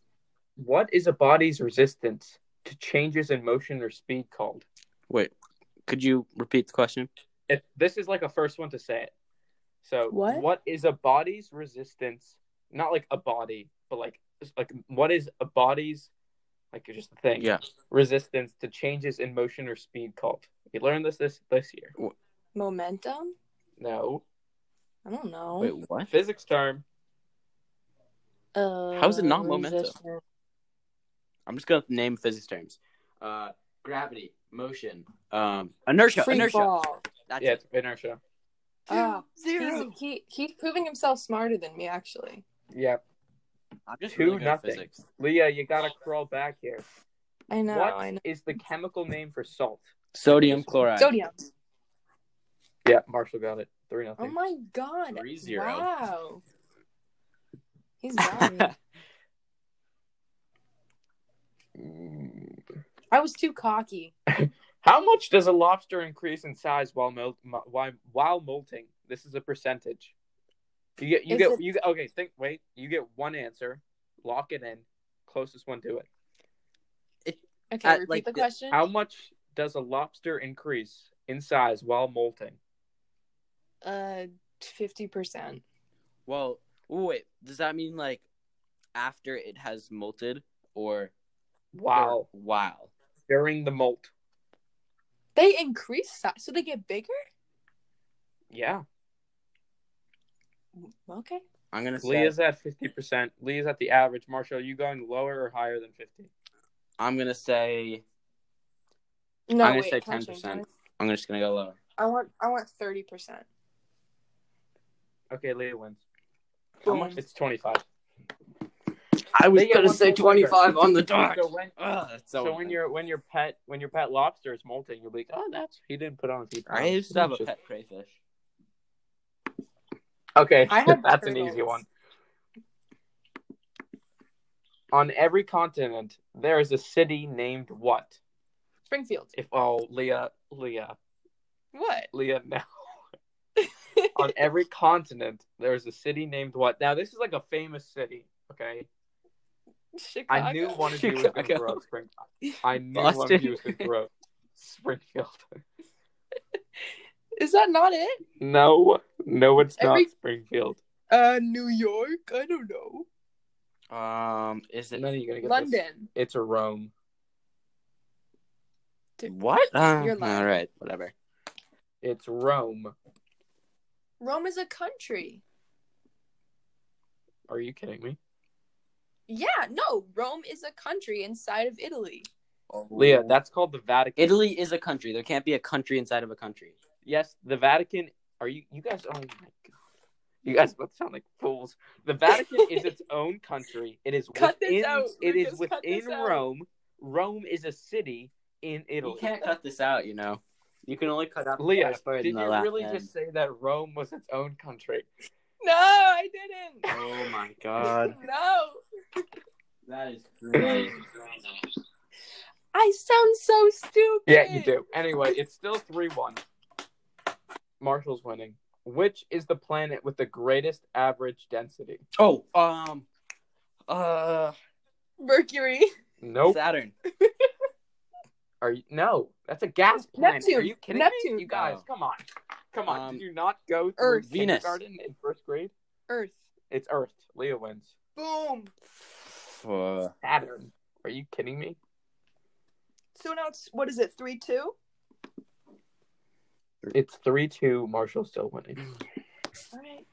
[SPEAKER 1] What is a body's resistance to changes in motion or speed called?
[SPEAKER 2] Wait, could you repeat the question?
[SPEAKER 1] If this is like a first one to say it. So,
[SPEAKER 3] What?
[SPEAKER 1] what is a body's resistance? Not like a body, but like like what is a body's like just a thing?
[SPEAKER 2] Yeah.
[SPEAKER 1] resistance to changes in motion or speed called? We learned this this this year.
[SPEAKER 3] Momentum.
[SPEAKER 1] No,
[SPEAKER 3] I don't know.
[SPEAKER 2] Wait, what?
[SPEAKER 1] physics term.
[SPEAKER 3] Uh,
[SPEAKER 2] How's it not momentum? I'm just gonna name physics terms. Uh, gravity, motion, um, inertia,
[SPEAKER 3] Free
[SPEAKER 2] inertia.
[SPEAKER 3] fall.
[SPEAKER 2] That's
[SPEAKER 1] yeah, it's
[SPEAKER 2] it.
[SPEAKER 1] inertia.
[SPEAKER 3] Two, Ah, He's,
[SPEAKER 2] zero.
[SPEAKER 3] he he's proving himself smarter than me actually.
[SPEAKER 1] Yeah,
[SPEAKER 2] I'm just
[SPEAKER 1] Two
[SPEAKER 2] really good at
[SPEAKER 1] nothing.
[SPEAKER 2] physics.
[SPEAKER 1] Leah, you gotta crawl back here.
[SPEAKER 3] I
[SPEAKER 1] What
[SPEAKER 3] know.
[SPEAKER 1] is
[SPEAKER 3] I know.
[SPEAKER 1] the chemical name for salt?
[SPEAKER 2] Sodium chloride.
[SPEAKER 3] Sodium.
[SPEAKER 1] Yeah, Marshall got it. Three
[SPEAKER 3] Oh
[SPEAKER 1] nothing.
[SPEAKER 3] my god.
[SPEAKER 2] Three zero.
[SPEAKER 3] Wow. He's got me.
[SPEAKER 1] Mm.
[SPEAKER 3] I was too cocky.
[SPEAKER 1] How much does a lobster increase in size while melt mo- while, while molting? This is a percentage. You get you
[SPEAKER 3] Is
[SPEAKER 1] get
[SPEAKER 3] it-
[SPEAKER 1] you get, okay. Think wait. You get one answer. Lock it in. Closest one to it.
[SPEAKER 3] Okay,
[SPEAKER 2] Uh,
[SPEAKER 3] repeat
[SPEAKER 2] like
[SPEAKER 3] the
[SPEAKER 2] the-
[SPEAKER 3] question.
[SPEAKER 1] How much does a lobster increase in size while molting?
[SPEAKER 3] Uh, fifty percent.
[SPEAKER 2] well, ooh, wait. Does that mean like after it has molted or
[SPEAKER 1] Wow.
[SPEAKER 2] Oh, Wow.
[SPEAKER 1] During the molt.
[SPEAKER 3] They increase size, so they get bigger.
[SPEAKER 1] Yeah.
[SPEAKER 3] Okay.
[SPEAKER 2] I'm gonna say
[SPEAKER 1] Leah's at 50%. Leah's at the average. Marshall, are you going lower or higher than 50?
[SPEAKER 2] I'm gonna say
[SPEAKER 3] No,
[SPEAKER 2] I'm gonna
[SPEAKER 3] wait,
[SPEAKER 2] say
[SPEAKER 3] can I change
[SPEAKER 2] 10%.
[SPEAKER 3] mine?
[SPEAKER 2] I'm just gonna go lower.
[SPEAKER 3] I want I want thirty percent.
[SPEAKER 1] Okay, Leah wins.
[SPEAKER 2] How much?
[SPEAKER 1] It's 25.
[SPEAKER 2] I
[SPEAKER 1] was gonna say 25
[SPEAKER 2] on [laughs] the
[SPEAKER 1] So when,
[SPEAKER 2] Ugh, that's
[SPEAKER 1] so when your when your pet when your pet lobster is molting, you'll be like, oh, that's he didn't put on a few pounds.
[SPEAKER 2] I used to have a
[SPEAKER 1] Just-
[SPEAKER 2] pet crayfish.
[SPEAKER 1] Okay,
[SPEAKER 3] I
[SPEAKER 1] [laughs]
[SPEAKER 3] had
[SPEAKER 1] that's an
[SPEAKER 3] turtles.
[SPEAKER 1] easy one. On every continent, there is a city named what?
[SPEAKER 3] Springfield.
[SPEAKER 1] [laughs] If oh, Leah, Leah,
[SPEAKER 3] What?
[SPEAKER 1] Leah, no. on every continent, there is a city named what? Now, this is like a famous city, okay?
[SPEAKER 3] [laughs] Chicago.
[SPEAKER 1] I knew one of [laughs] you was going to
[SPEAKER 4] Chicago.
[SPEAKER 1] grow up Springfield. I knew one of
[SPEAKER 4] Boston.
[SPEAKER 1] you was going to grow up Springfield.
[SPEAKER 3] Is that not it?
[SPEAKER 1] No, no, it's
[SPEAKER 3] Every-
[SPEAKER 1] not Springfield.
[SPEAKER 3] Uh, New York. I don't know.
[SPEAKER 2] Um, is it
[SPEAKER 1] None of you going to get This.
[SPEAKER 3] London.
[SPEAKER 1] It's Rome.
[SPEAKER 2] what?
[SPEAKER 1] Ah,
[SPEAKER 2] Um,
[SPEAKER 3] You're lying.
[SPEAKER 2] All right, whatever.
[SPEAKER 1] It's Rome.
[SPEAKER 3] Rome is a country.
[SPEAKER 1] Are you kidding me?
[SPEAKER 3] Yeah, no, Rome is a country inside of Italy.
[SPEAKER 1] Leah, that's called the Vatican.
[SPEAKER 2] Italy is a country. There can't be a country inside of a country.
[SPEAKER 1] Yes, the Vatican. Are you you guys? Oh my god, you guys both sound like fools. The Vatican is
[SPEAKER 3] [laughs]
[SPEAKER 1] its own country. It is
[SPEAKER 3] Cut this
[SPEAKER 1] within.
[SPEAKER 3] out,
[SPEAKER 1] It is
[SPEAKER 3] Lucas, cut
[SPEAKER 1] within
[SPEAKER 3] this out.
[SPEAKER 1] Rome. Rome is a city in
[SPEAKER 2] You
[SPEAKER 1] Italy.
[SPEAKER 2] can't cut this out, you know. You can only cut out
[SPEAKER 1] Leah,
[SPEAKER 2] part in
[SPEAKER 1] did you
[SPEAKER 2] the last
[SPEAKER 1] really
[SPEAKER 2] end.
[SPEAKER 1] just say that Rome was its own country?
[SPEAKER 3] No, I didn't.
[SPEAKER 2] Oh my
[SPEAKER 1] [laughs]
[SPEAKER 2] god,
[SPEAKER 3] [laughs] No.
[SPEAKER 2] that is crazy.
[SPEAKER 3] I sound so stupid.
[SPEAKER 1] Yeah, you do. Anyway, it's still three one. Marshall's winning. Which is the planet with the greatest average density?
[SPEAKER 2] oh, um, uh,
[SPEAKER 3] Mercury.
[SPEAKER 1] Nope.
[SPEAKER 2] Saturn.
[SPEAKER 1] Are you no? That's a gas planet. Are
[SPEAKER 3] Neptune.
[SPEAKER 1] you kidding
[SPEAKER 3] Neptune.
[SPEAKER 1] me? You guys,
[SPEAKER 2] No.
[SPEAKER 1] come on, come on.
[SPEAKER 2] Um,
[SPEAKER 1] Did you not go through
[SPEAKER 3] Earth.
[SPEAKER 2] Venus.
[SPEAKER 1] kindergarten in first grade?
[SPEAKER 3] Earth.
[SPEAKER 1] It's Earth. Leah wins.
[SPEAKER 3] Boom.
[SPEAKER 2] Uh,
[SPEAKER 1] Saturn. Are you kidding me?
[SPEAKER 3] So now it's what is it? Three two.
[SPEAKER 1] It's three two. Marshall still
[SPEAKER 3] [clears throat]
[SPEAKER 1] winning.
[SPEAKER 3] All right.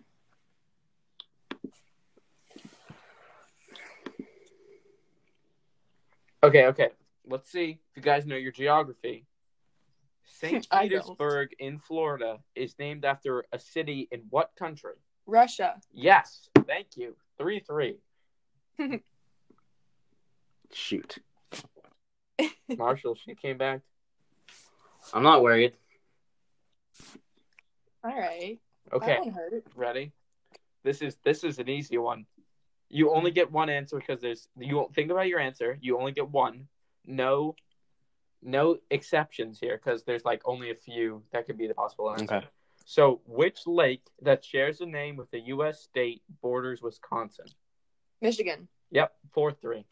[SPEAKER 1] Okay, okay. Let's see if you guys know your geography.
[SPEAKER 3] [laughs]
[SPEAKER 1] Saint
[SPEAKER 3] I don't.
[SPEAKER 1] Petersburg in Florida is named after a city in what country?
[SPEAKER 3] Russia.
[SPEAKER 1] Yes. Thank you. Three
[SPEAKER 3] [laughs]
[SPEAKER 1] three.
[SPEAKER 2] shoot,
[SPEAKER 1] Marshall, she came back.
[SPEAKER 2] I'm not worried.
[SPEAKER 3] All right.
[SPEAKER 1] Okay.
[SPEAKER 3] That one hurt.
[SPEAKER 1] Ready? This is this is an easy one. You only get one answer because there's you won't think about your answer. You only get one. No, no exceptions here because there's like only a few that could be the possible answer.
[SPEAKER 2] Okay.
[SPEAKER 1] So, which lake that shares a name with the U.S. state borders Wisconsin?
[SPEAKER 3] Michigan.
[SPEAKER 1] Yep, four three.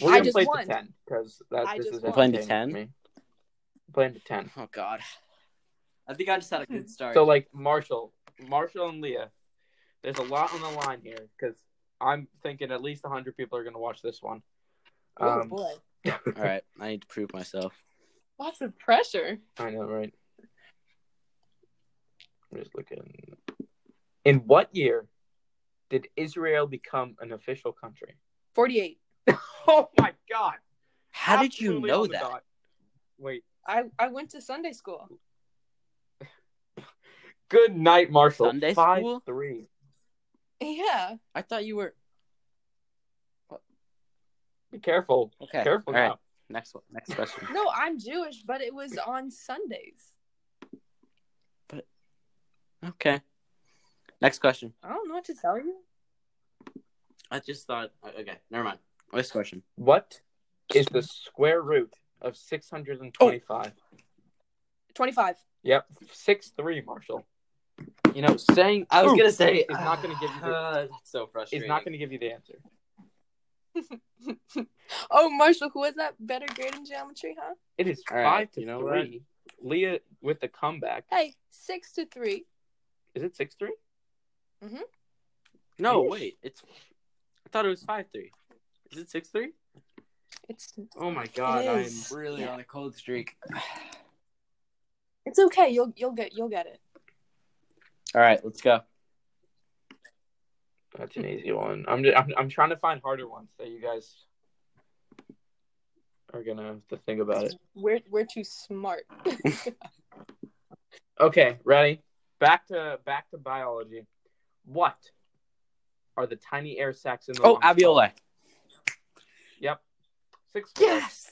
[SPEAKER 3] I
[SPEAKER 1] We're gonna
[SPEAKER 3] just
[SPEAKER 1] play to
[SPEAKER 3] won.
[SPEAKER 1] ten because that
[SPEAKER 3] I
[SPEAKER 1] this
[SPEAKER 3] just
[SPEAKER 1] is
[SPEAKER 3] won.
[SPEAKER 2] Playing to
[SPEAKER 1] entertaining
[SPEAKER 2] 10?
[SPEAKER 1] me. Playing to ten.
[SPEAKER 2] Oh god, I think I just had a good start.
[SPEAKER 1] So like Marshall, Marshall and Leah, there's a lot on the line here because I'm thinking at least 100 people are going to watch this one.
[SPEAKER 3] Oh
[SPEAKER 1] Um,
[SPEAKER 3] boy.
[SPEAKER 2] all right, I need to prove myself.
[SPEAKER 3] Lots of pressure.
[SPEAKER 1] I know, right? I'm just looking. In what year did Israel become an official country? [laughs]
[SPEAKER 3] Forty eight.
[SPEAKER 1] Oh my God!
[SPEAKER 2] How did you
[SPEAKER 1] Absolutely
[SPEAKER 2] know
[SPEAKER 1] on the
[SPEAKER 2] that?
[SPEAKER 1] dot. Wait.
[SPEAKER 3] I I went to Sunday school.
[SPEAKER 1] Good night, Marshall.
[SPEAKER 2] Sunday
[SPEAKER 1] Five
[SPEAKER 2] school?
[SPEAKER 1] three.
[SPEAKER 3] Yeah.
[SPEAKER 2] I thought you were
[SPEAKER 1] Be careful.
[SPEAKER 2] okay.
[SPEAKER 1] Careful
[SPEAKER 2] all right,
[SPEAKER 1] now.
[SPEAKER 2] next one, next question.
[SPEAKER 3] No, I'm Jewish, but it was on Sundays.
[SPEAKER 2] okay, next question.
[SPEAKER 3] I don't know what to tell you.
[SPEAKER 2] I just thought. uh, Okay, never mind. Next question.
[SPEAKER 1] What is the square root of 625?
[SPEAKER 3] Twenty five.
[SPEAKER 1] Yep, six three, Marshall. You know, saying
[SPEAKER 2] I was
[SPEAKER 1] ooh
[SPEAKER 2] gonna say
[SPEAKER 1] is not gonna give you the, [sighs]
[SPEAKER 2] Uh, [sighs] that's so frustrating.
[SPEAKER 1] is not going to give you the answer.
[SPEAKER 3] Oh, Marshall, who was that better grade in geometry, huh?
[SPEAKER 1] It is
[SPEAKER 2] All
[SPEAKER 1] five
[SPEAKER 2] right,
[SPEAKER 1] to
[SPEAKER 2] you know what?
[SPEAKER 1] three. Leah with the comeback.
[SPEAKER 3] Hey, six to three.
[SPEAKER 1] Is it six three?
[SPEAKER 2] No, wait. It's. I thought it was five three. Is it six three?
[SPEAKER 3] It's
[SPEAKER 2] Oh my
[SPEAKER 3] God, I am is.
[SPEAKER 2] really
[SPEAKER 3] Yeah.
[SPEAKER 2] on a cold streak.
[SPEAKER 3] it's okay. You'll you'll get you'll get it.
[SPEAKER 2] All right, let's go.
[SPEAKER 1] That's an easy one. I'm, ju- I'm I'm trying to find harder ones that you guys are gonna have to think about it.
[SPEAKER 3] We're we're too
[SPEAKER 2] [laughs]
[SPEAKER 3] smart.
[SPEAKER 1] Okay, ready? Back to back to biology. What are the tiny air sacs in the?
[SPEAKER 2] Oh,
[SPEAKER 1] lungs called?
[SPEAKER 2] alveoli.
[SPEAKER 1] Yep, six. four.
[SPEAKER 2] Yes.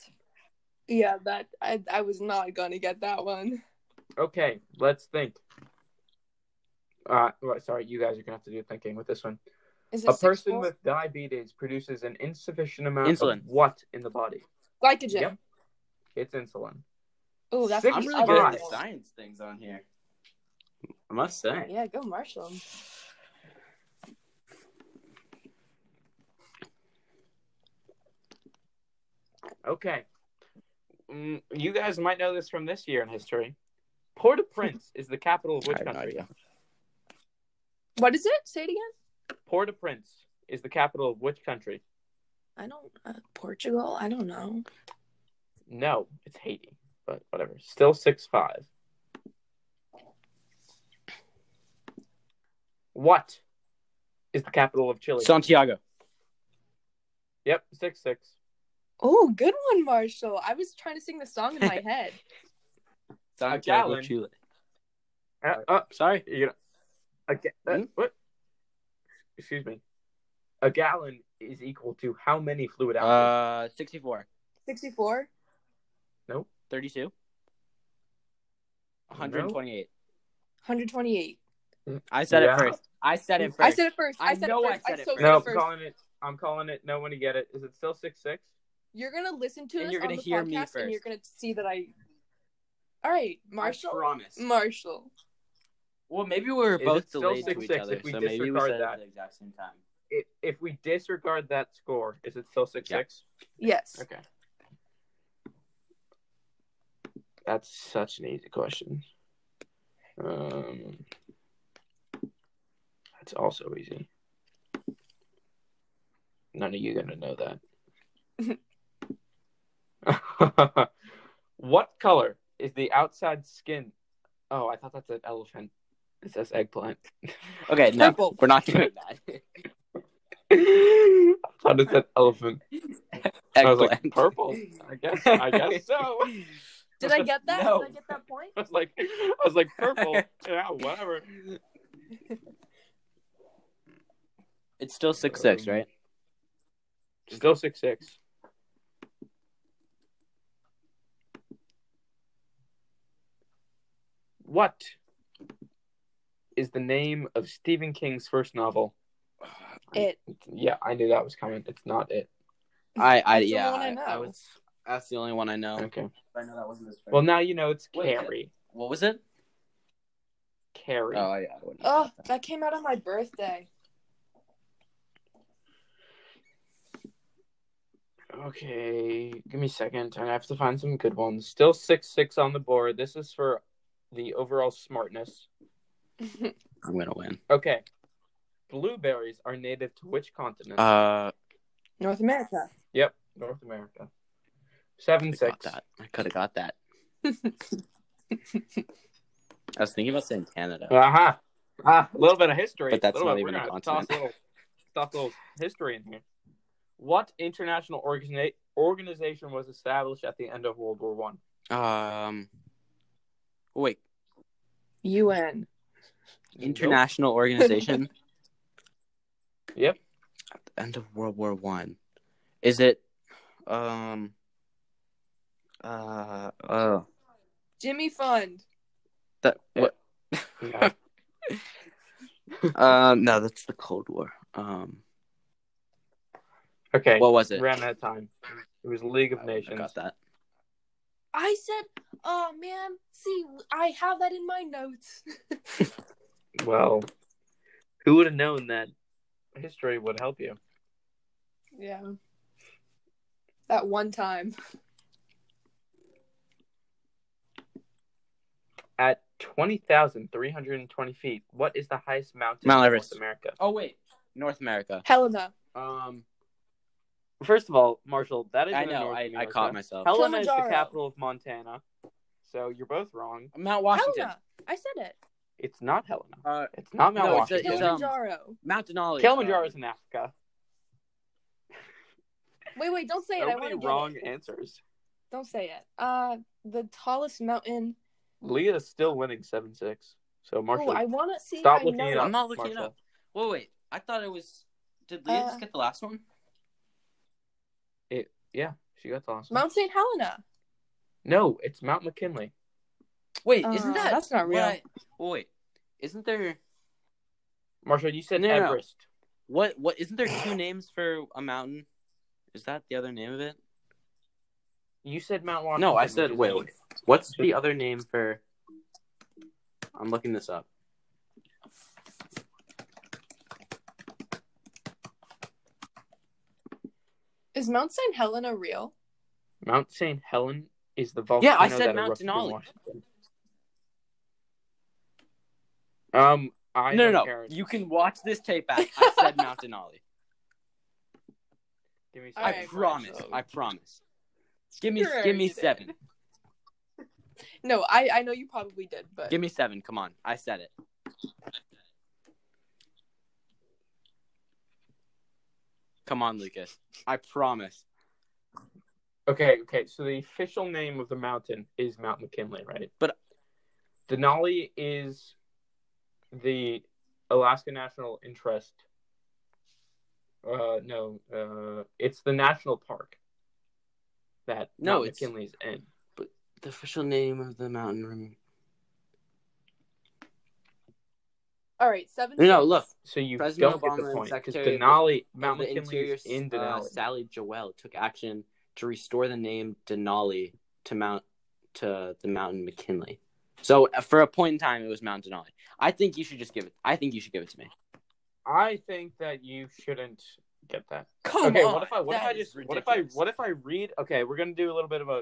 [SPEAKER 3] yeah, that I I was not gonna get that one.
[SPEAKER 1] Okay, let's think. Uh, well, sorry, you guys are gonna have to do thinking with this one.
[SPEAKER 3] Is it
[SPEAKER 1] A
[SPEAKER 3] six
[SPEAKER 1] person
[SPEAKER 3] four?
[SPEAKER 1] with diabetes produces an insufficient amount
[SPEAKER 2] Insulin.
[SPEAKER 1] of what in the body?
[SPEAKER 3] glycogen.
[SPEAKER 1] Yep. It's insulin.
[SPEAKER 3] Oh, that's
[SPEAKER 1] Six
[SPEAKER 2] I'm
[SPEAKER 3] the
[SPEAKER 2] really
[SPEAKER 1] five.
[SPEAKER 2] good at
[SPEAKER 3] other
[SPEAKER 2] the
[SPEAKER 3] one.
[SPEAKER 2] science things on here.
[SPEAKER 5] I must say.
[SPEAKER 3] Yeah, go Marshall.
[SPEAKER 1] Okay. Mm, you guys might know this from this year in history. Port au [laughs] Prince is the capital of which
[SPEAKER 2] I have no
[SPEAKER 1] country?
[SPEAKER 2] idea.
[SPEAKER 3] What is it? Say it again.
[SPEAKER 1] Port au Prince is the capital of which country?
[SPEAKER 3] I don't uh, Portugal. I don't know.
[SPEAKER 1] No, it's Haiti, but whatever. Still 6 5. What is the capital of Chile?
[SPEAKER 2] Santiago.
[SPEAKER 1] yep, 6 6.
[SPEAKER 3] Oh, good one, Marshall. I was trying to sing the song in
[SPEAKER 2] [laughs]
[SPEAKER 3] my head.
[SPEAKER 2] Santiago,
[SPEAKER 1] gallon.
[SPEAKER 2] Chile.
[SPEAKER 1] Uh, uh,
[SPEAKER 2] Sorry.
[SPEAKER 1] you know, a, ga- uh,
[SPEAKER 2] Hmm?
[SPEAKER 1] what? Excuse me. A gallon is equal to how many fluid ounces?
[SPEAKER 2] Uh, 64,
[SPEAKER 3] 64?
[SPEAKER 2] 32,
[SPEAKER 1] No.
[SPEAKER 2] 128.
[SPEAKER 3] 128.
[SPEAKER 2] I said
[SPEAKER 1] Yeah.
[SPEAKER 2] it first. I said it first.
[SPEAKER 3] I said it first. I,
[SPEAKER 2] I
[SPEAKER 3] said
[SPEAKER 2] know
[SPEAKER 3] it
[SPEAKER 2] I
[SPEAKER 3] first.
[SPEAKER 2] said it
[SPEAKER 3] so
[SPEAKER 2] first.
[SPEAKER 1] no,
[SPEAKER 3] it
[SPEAKER 1] I'm
[SPEAKER 3] first.
[SPEAKER 1] calling it. I'm calling it. No one to get it. Is it still six six?
[SPEAKER 3] You're going to listen to
[SPEAKER 2] And
[SPEAKER 3] this
[SPEAKER 2] you're
[SPEAKER 3] on
[SPEAKER 2] gonna
[SPEAKER 3] the
[SPEAKER 2] hear
[SPEAKER 3] podcast
[SPEAKER 2] me
[SPEAKER 3] and
[SPEAKER 2] first.
[SPEAKER 3] you're going to see that I All right,
[SPEAKER 2] I
[SPEAKER 3] Marshall. Mm.
[SPEAKER 2] promise.
[SPEAKER 3] Marshall.
[SPEAKER 5] Well, maybe we were
[SPEAKER 1] Is
[SPEAKER 5] both
[SPEAKER 1] it still
[SPEAKER 5] delayed to each
[SPEAKER 1] 6-6
[SPEAKER 5] other,
[SPEAKER 1] if we
[SPEAKER 5] so maybe we
[SPEAKER 1] disregard
[SPEAKER 5] said it
[SPEAKER 1] that?
[SPEAKER 5] at the exact same time.
[SPEAKER 1] If, if we disregard that score, is it still six six?
[SPEAKER 3] Yes.
[SPEAKER 1] Okay. That's such an easy question. Um, that's also easy. None of you gonna know that. [laughs] what color is the outside skin? Oh, I thought that's an elephant. It says eggplant.
[SPEAKER 2] Okay, no,
[SPEAKER 3] Purple.
[SPEAKER 2] we're not doing
[SPEAKER 3] [laughs]
[SPEAKER 2] that.
[SPEAKER 1] [laughs]
[SPEAKER 2] [laughs]
[SPEAKER 1] I thought it said elephant. I was like
[SPEAKER 2] Eggplant.
[SPEAKER 1] purple. I guess. I guess [laughs] so.
[SPEAKER 3] Did I get that?
[SPEAKER 2] No.
[SPEAKER 3] Did I get that point?
[SPEAKER 1] [laughs] I was like, I was like, purple. yeah, whatever.
[SPEAKER 2] It's still six six, right?
[SPEAKER 1] Still six six. What is the name of Stephen King's first novel?
[SPEAKER 3] It.
[SPEAKER 1] Yeah, I knew that was coming. It's not it.
[SPEAKER 2] I, I
[SPEAKER 3] That's the
[SPEAKER 2] yeah,
[SPEAKER 3] one I
[SPEAKER 2] I,
[SPEAKER 3] know.
[SPEAKER 2] I was. That's the only one I know.
[SPEAKER 1] Okay.
[SPEAKER 5] I know that wasn't his
[SPEAKER 1] Well, now you know it's
[SPEAKER 5] Wait,
[SPEAKER 1] Carrie.
[SPEAKER 5] What was it?
[SPEAKER 1] Carrie.
[SPEAKER 2] Oh, yeah. I wouldn't know
[SPEAKER 3] Oh, that came out on my birthday.
[SPEAKER 1] Okay, give me a second. I have to find some good ones. Still six six on the board. This is for the overall smartness.
[SPEAKER 2] that. I'm gonna win.
[SPEAKER 1] Okay, blueberries are native to which continent?
[SPEAKER 2] Uh,
[SPEAKER 3] [laughs] North America.
[SPEAKER 1] yep, North America. Seven
[SPEAKER 2] I got
[SPEAKER 1] six.
[SPEAKER 2] that. I could have got [laughs] that. I was thinking about saying Canada.
[SPEAKER 1] Uh-huh. Ah, a little bit of history.
[SPEAKER 2] But that's
[SPEAKER 1] little
[SPEAKER 2] not
[SPEAKER 1] bit-
[SPEAKER 2] even
[SPEAKER 1] we're
[SPEAKER 2] a
[SPEAKER 1] gonna
[SPEAKER 2] continent.
[SPEAKER 1] Toss a little, toss a little history in here. What international organi- organization was established at the end of World War One?
[SPEAKER 2] Um, wait,
[SPEAKER 3] UN.
[SPEAKER 2] international [laughs] organization.
[SPEAKER 1] Yep.
[SPEAKER 2] End of World War One. Is it? Um. Uh. Oh.
[SPEAKER 3] Jimmy Fund.
[SPEAKER 2] That. What? [laughs]
[SPEAKER 1] Nope.
[SPEAKER 2] Uh. No, that's the Cold War. Um.
[SPEAKER 1] okay,
[SPEAKER 2] What was it?
[SPEAKER 1] ran out of time. It was League of
[SPEAKER 2] I wouldn't have
[SPEAKER 1] Nations.
[SPEAKER 2] got that.
[SPEAKER 3] I said, oh man, see, I have that in my notes. [laughs]
[SPEAKER 1] Well, who would have known that history would help you?
[SPEAKER 3] yeah. That one time.
[SPEAKER 1] At 20,320 feet, what is the highest mountain
[SPEAKER 2] Mount
[SPEAKER 1] in
[SPEAKER 2] Everest.
[SPEAKER 1] North America?
[SPEAKER 2] Oh wait, North America.
[SPEAKER 3] Helena.
[SPEAKER 2] Um,
[SPEAKER 1] First of all, Marshall, that is
[SPEAKER 2] I
[SPEAKER 1] in
[SPEAKER 2] know.
[SPEAKER 1] North
[SPEAKER 2] I, I
[SPEAKER 1] America.
[SPEAKER 2] caught myself.
[SPEAKER 1] Helena is the
[SPEAKER 3] Kilimanjaro.
[SPEAKER 1] capital of Montana. So you're both wrong.
[SPEAKER 2] Mount Washington.
[SPEAKER 3] Helena. I said it.
[SPEAKER 1] It's not Helena.
[SPEAKER 2] Uh,
[SPEAKER 1] It's not Mount
[SPEAKER 2] No, it's a-
[SPEAKER 1] Washington.
[SPEAKER 2] it's a- um,
[SPEAKER 3] Kilimanjaro.
[SPEAKER 2] Mount Denali.
[SPEAKER 1] Kilimanjaro
[SPEAKER 2] Uh,
[SPEAKER 1] is in Africa.
[SPEAKER 3] Wait, wait, don't say it.
[SPEAKER 1] So
[SPEAKER 3] I want
[SPEAKER 1] many
[SPEAKER 3] to get
[SPEAKER 1] wrong
[SPEAKER 3] it.
[SPEAKER 1] answers.
[SPEAKER 3] Don't say it. Uh, the tallest mountain.
[SPEAKER 1] Leah is still winning 7 6. So
[SPEAKER 3] Oh,
[SPEAKER 1] Marshall,
[SPEAKER 3] I want to see.
[SPEAKER 1] stop
[SPEAKER 3] I
[SPEAKER 1] looking
[SPEAKER 3] know
[SPEAKER 1] it up.
[SPEAKER 2] I'm not looking it
[SPEAKER 1] Marshall.
[SPEAKER 2] up. Whoa, wait. I thought it was. Did Leah
[SPEAKER 3] Uh,
[SPEAKER 2] just get the last one?
[SPEAKER 1] Yeah, she got the last one.
[SPEAKER 3] Mount St. Helena.
[SPEAKER 1] No, it's Mount McKinley.
[SPEAKER 2] Wait,
[SPEAKER 3] Uh,
[SPEAKER 2] isn't that
[SPEAKER 3] that's not
[SPEAKER 2] what
[SPEAKER 3] real.
[SPEAKER 2] I- whoa, wait, isn't there
[SPEAKER 1] Marshall, you said
[SPEAKER 2] No, no, no.
[SPEAKER 1] Everest.
[SPEAKER 2] what? What isn't there two names for a mountain? Is that the other name of it?
[SPEAKER 1] You said Mount Washington.
[SPEAKER 2] No, I
[SPEAKER 1] which
[SPEAKER 2] said-
[SPEAKER 1] is
[SPEAKER 2] wait,
[SPEAKER 1] in-
[SPEAKER 2] wait. What's the other name for? I'm looking this up.
[SPEAKER 3] Is Mount St. Helena real?
[SPEAKER 1] Mount St. Helen is the volcano
[SPEAKER 2] I said
[SPEAKER 1] that
[SPEAKER 2] Mount
[SPEAKER 1] erupted in
[SPEAKER 2] Denali.
[SPEAKER 1] Washington. Um, I
[SPEAKER 2] no,
[SPEAKER 1] don't
[SPEAKER 2] no, no.
[SPEAKER 1] care.
[SPEAKER 2] You can watch this tape back. I
[SPEAKER 3] [laughs]
[SPEAKER 2] said Mount Denali.
[SPEAKER 1] Give me
[SPEAKER 3] All
[SPEAKER 2] I
[SPEAKER 1] some
[SPEAKER 3] right.
[SPEAKER 2] promise. I promise. Give me,
[SPEAKER 3] Sure
[SPEAKER 2] give me
[SPEAKER 3] you did.
[SPEAKER 2] seven.
[SPEAKER 3] No, I I know you probably did, but
[SPEAKER 2] Give me seven. Come on. I said it. Come on, Lucas. I promise.
[SPEAKER 1] Okay, okay. So the official name of the mountain is Mount McKinley, right?
[SPEAKER 2] But-
[SPEAKER 1] Denali is the Alaska National Interest. Uh, no, uh, it's the national park that
[SPEAKER 2] No,
[SPEAKER 1] Mount
[SPEAKER 2] it's-
[SPEAKER 1] McKinley's in.
[SPEAKER 6] The official name of the mountain room.
[SPEAKER 3] all right, seven.
[SPEAKER 6] No, no,
[SPEAKER 3] six.
[SPEAKER 6] look.
[SPEAKER 1] So you
[SPEAKER 6] President
[SPEAKER 1] don't
[SPEAKER 6] Obama
[SPEAKER 1] get the
[SPEAKER 6] and
[SPEAKER 1] point because
[SPEAKER 6] Secretary of the-
[SPEAKER 1] Denali,
[SPEAKER 6] Mount
[SPEAKER 1] Mount
[SPEAKER 6] the
[SPEAKER 1] McKinley
[SPEAKER 6] Interior,
[SPEAKER 1] is in
[SPEAKER 6] uh,
[SPEAKER 1] Denali.
[SPEAKER 6] Sally Joelle took action to restore the name Denali to Mount to the mountain McKinley.
[SPEAKER 2] So uh, for a point in time, it was Mount Denali. I think you should just give it. I think you should give it to me.
[SPEAKER 1] I think that you shouldn't get that.
[SPEAKER 2] Come
[SPEAKER 1] okay, what if I what if I just what if I what if I read? Okay, we're gonna do a little bit of a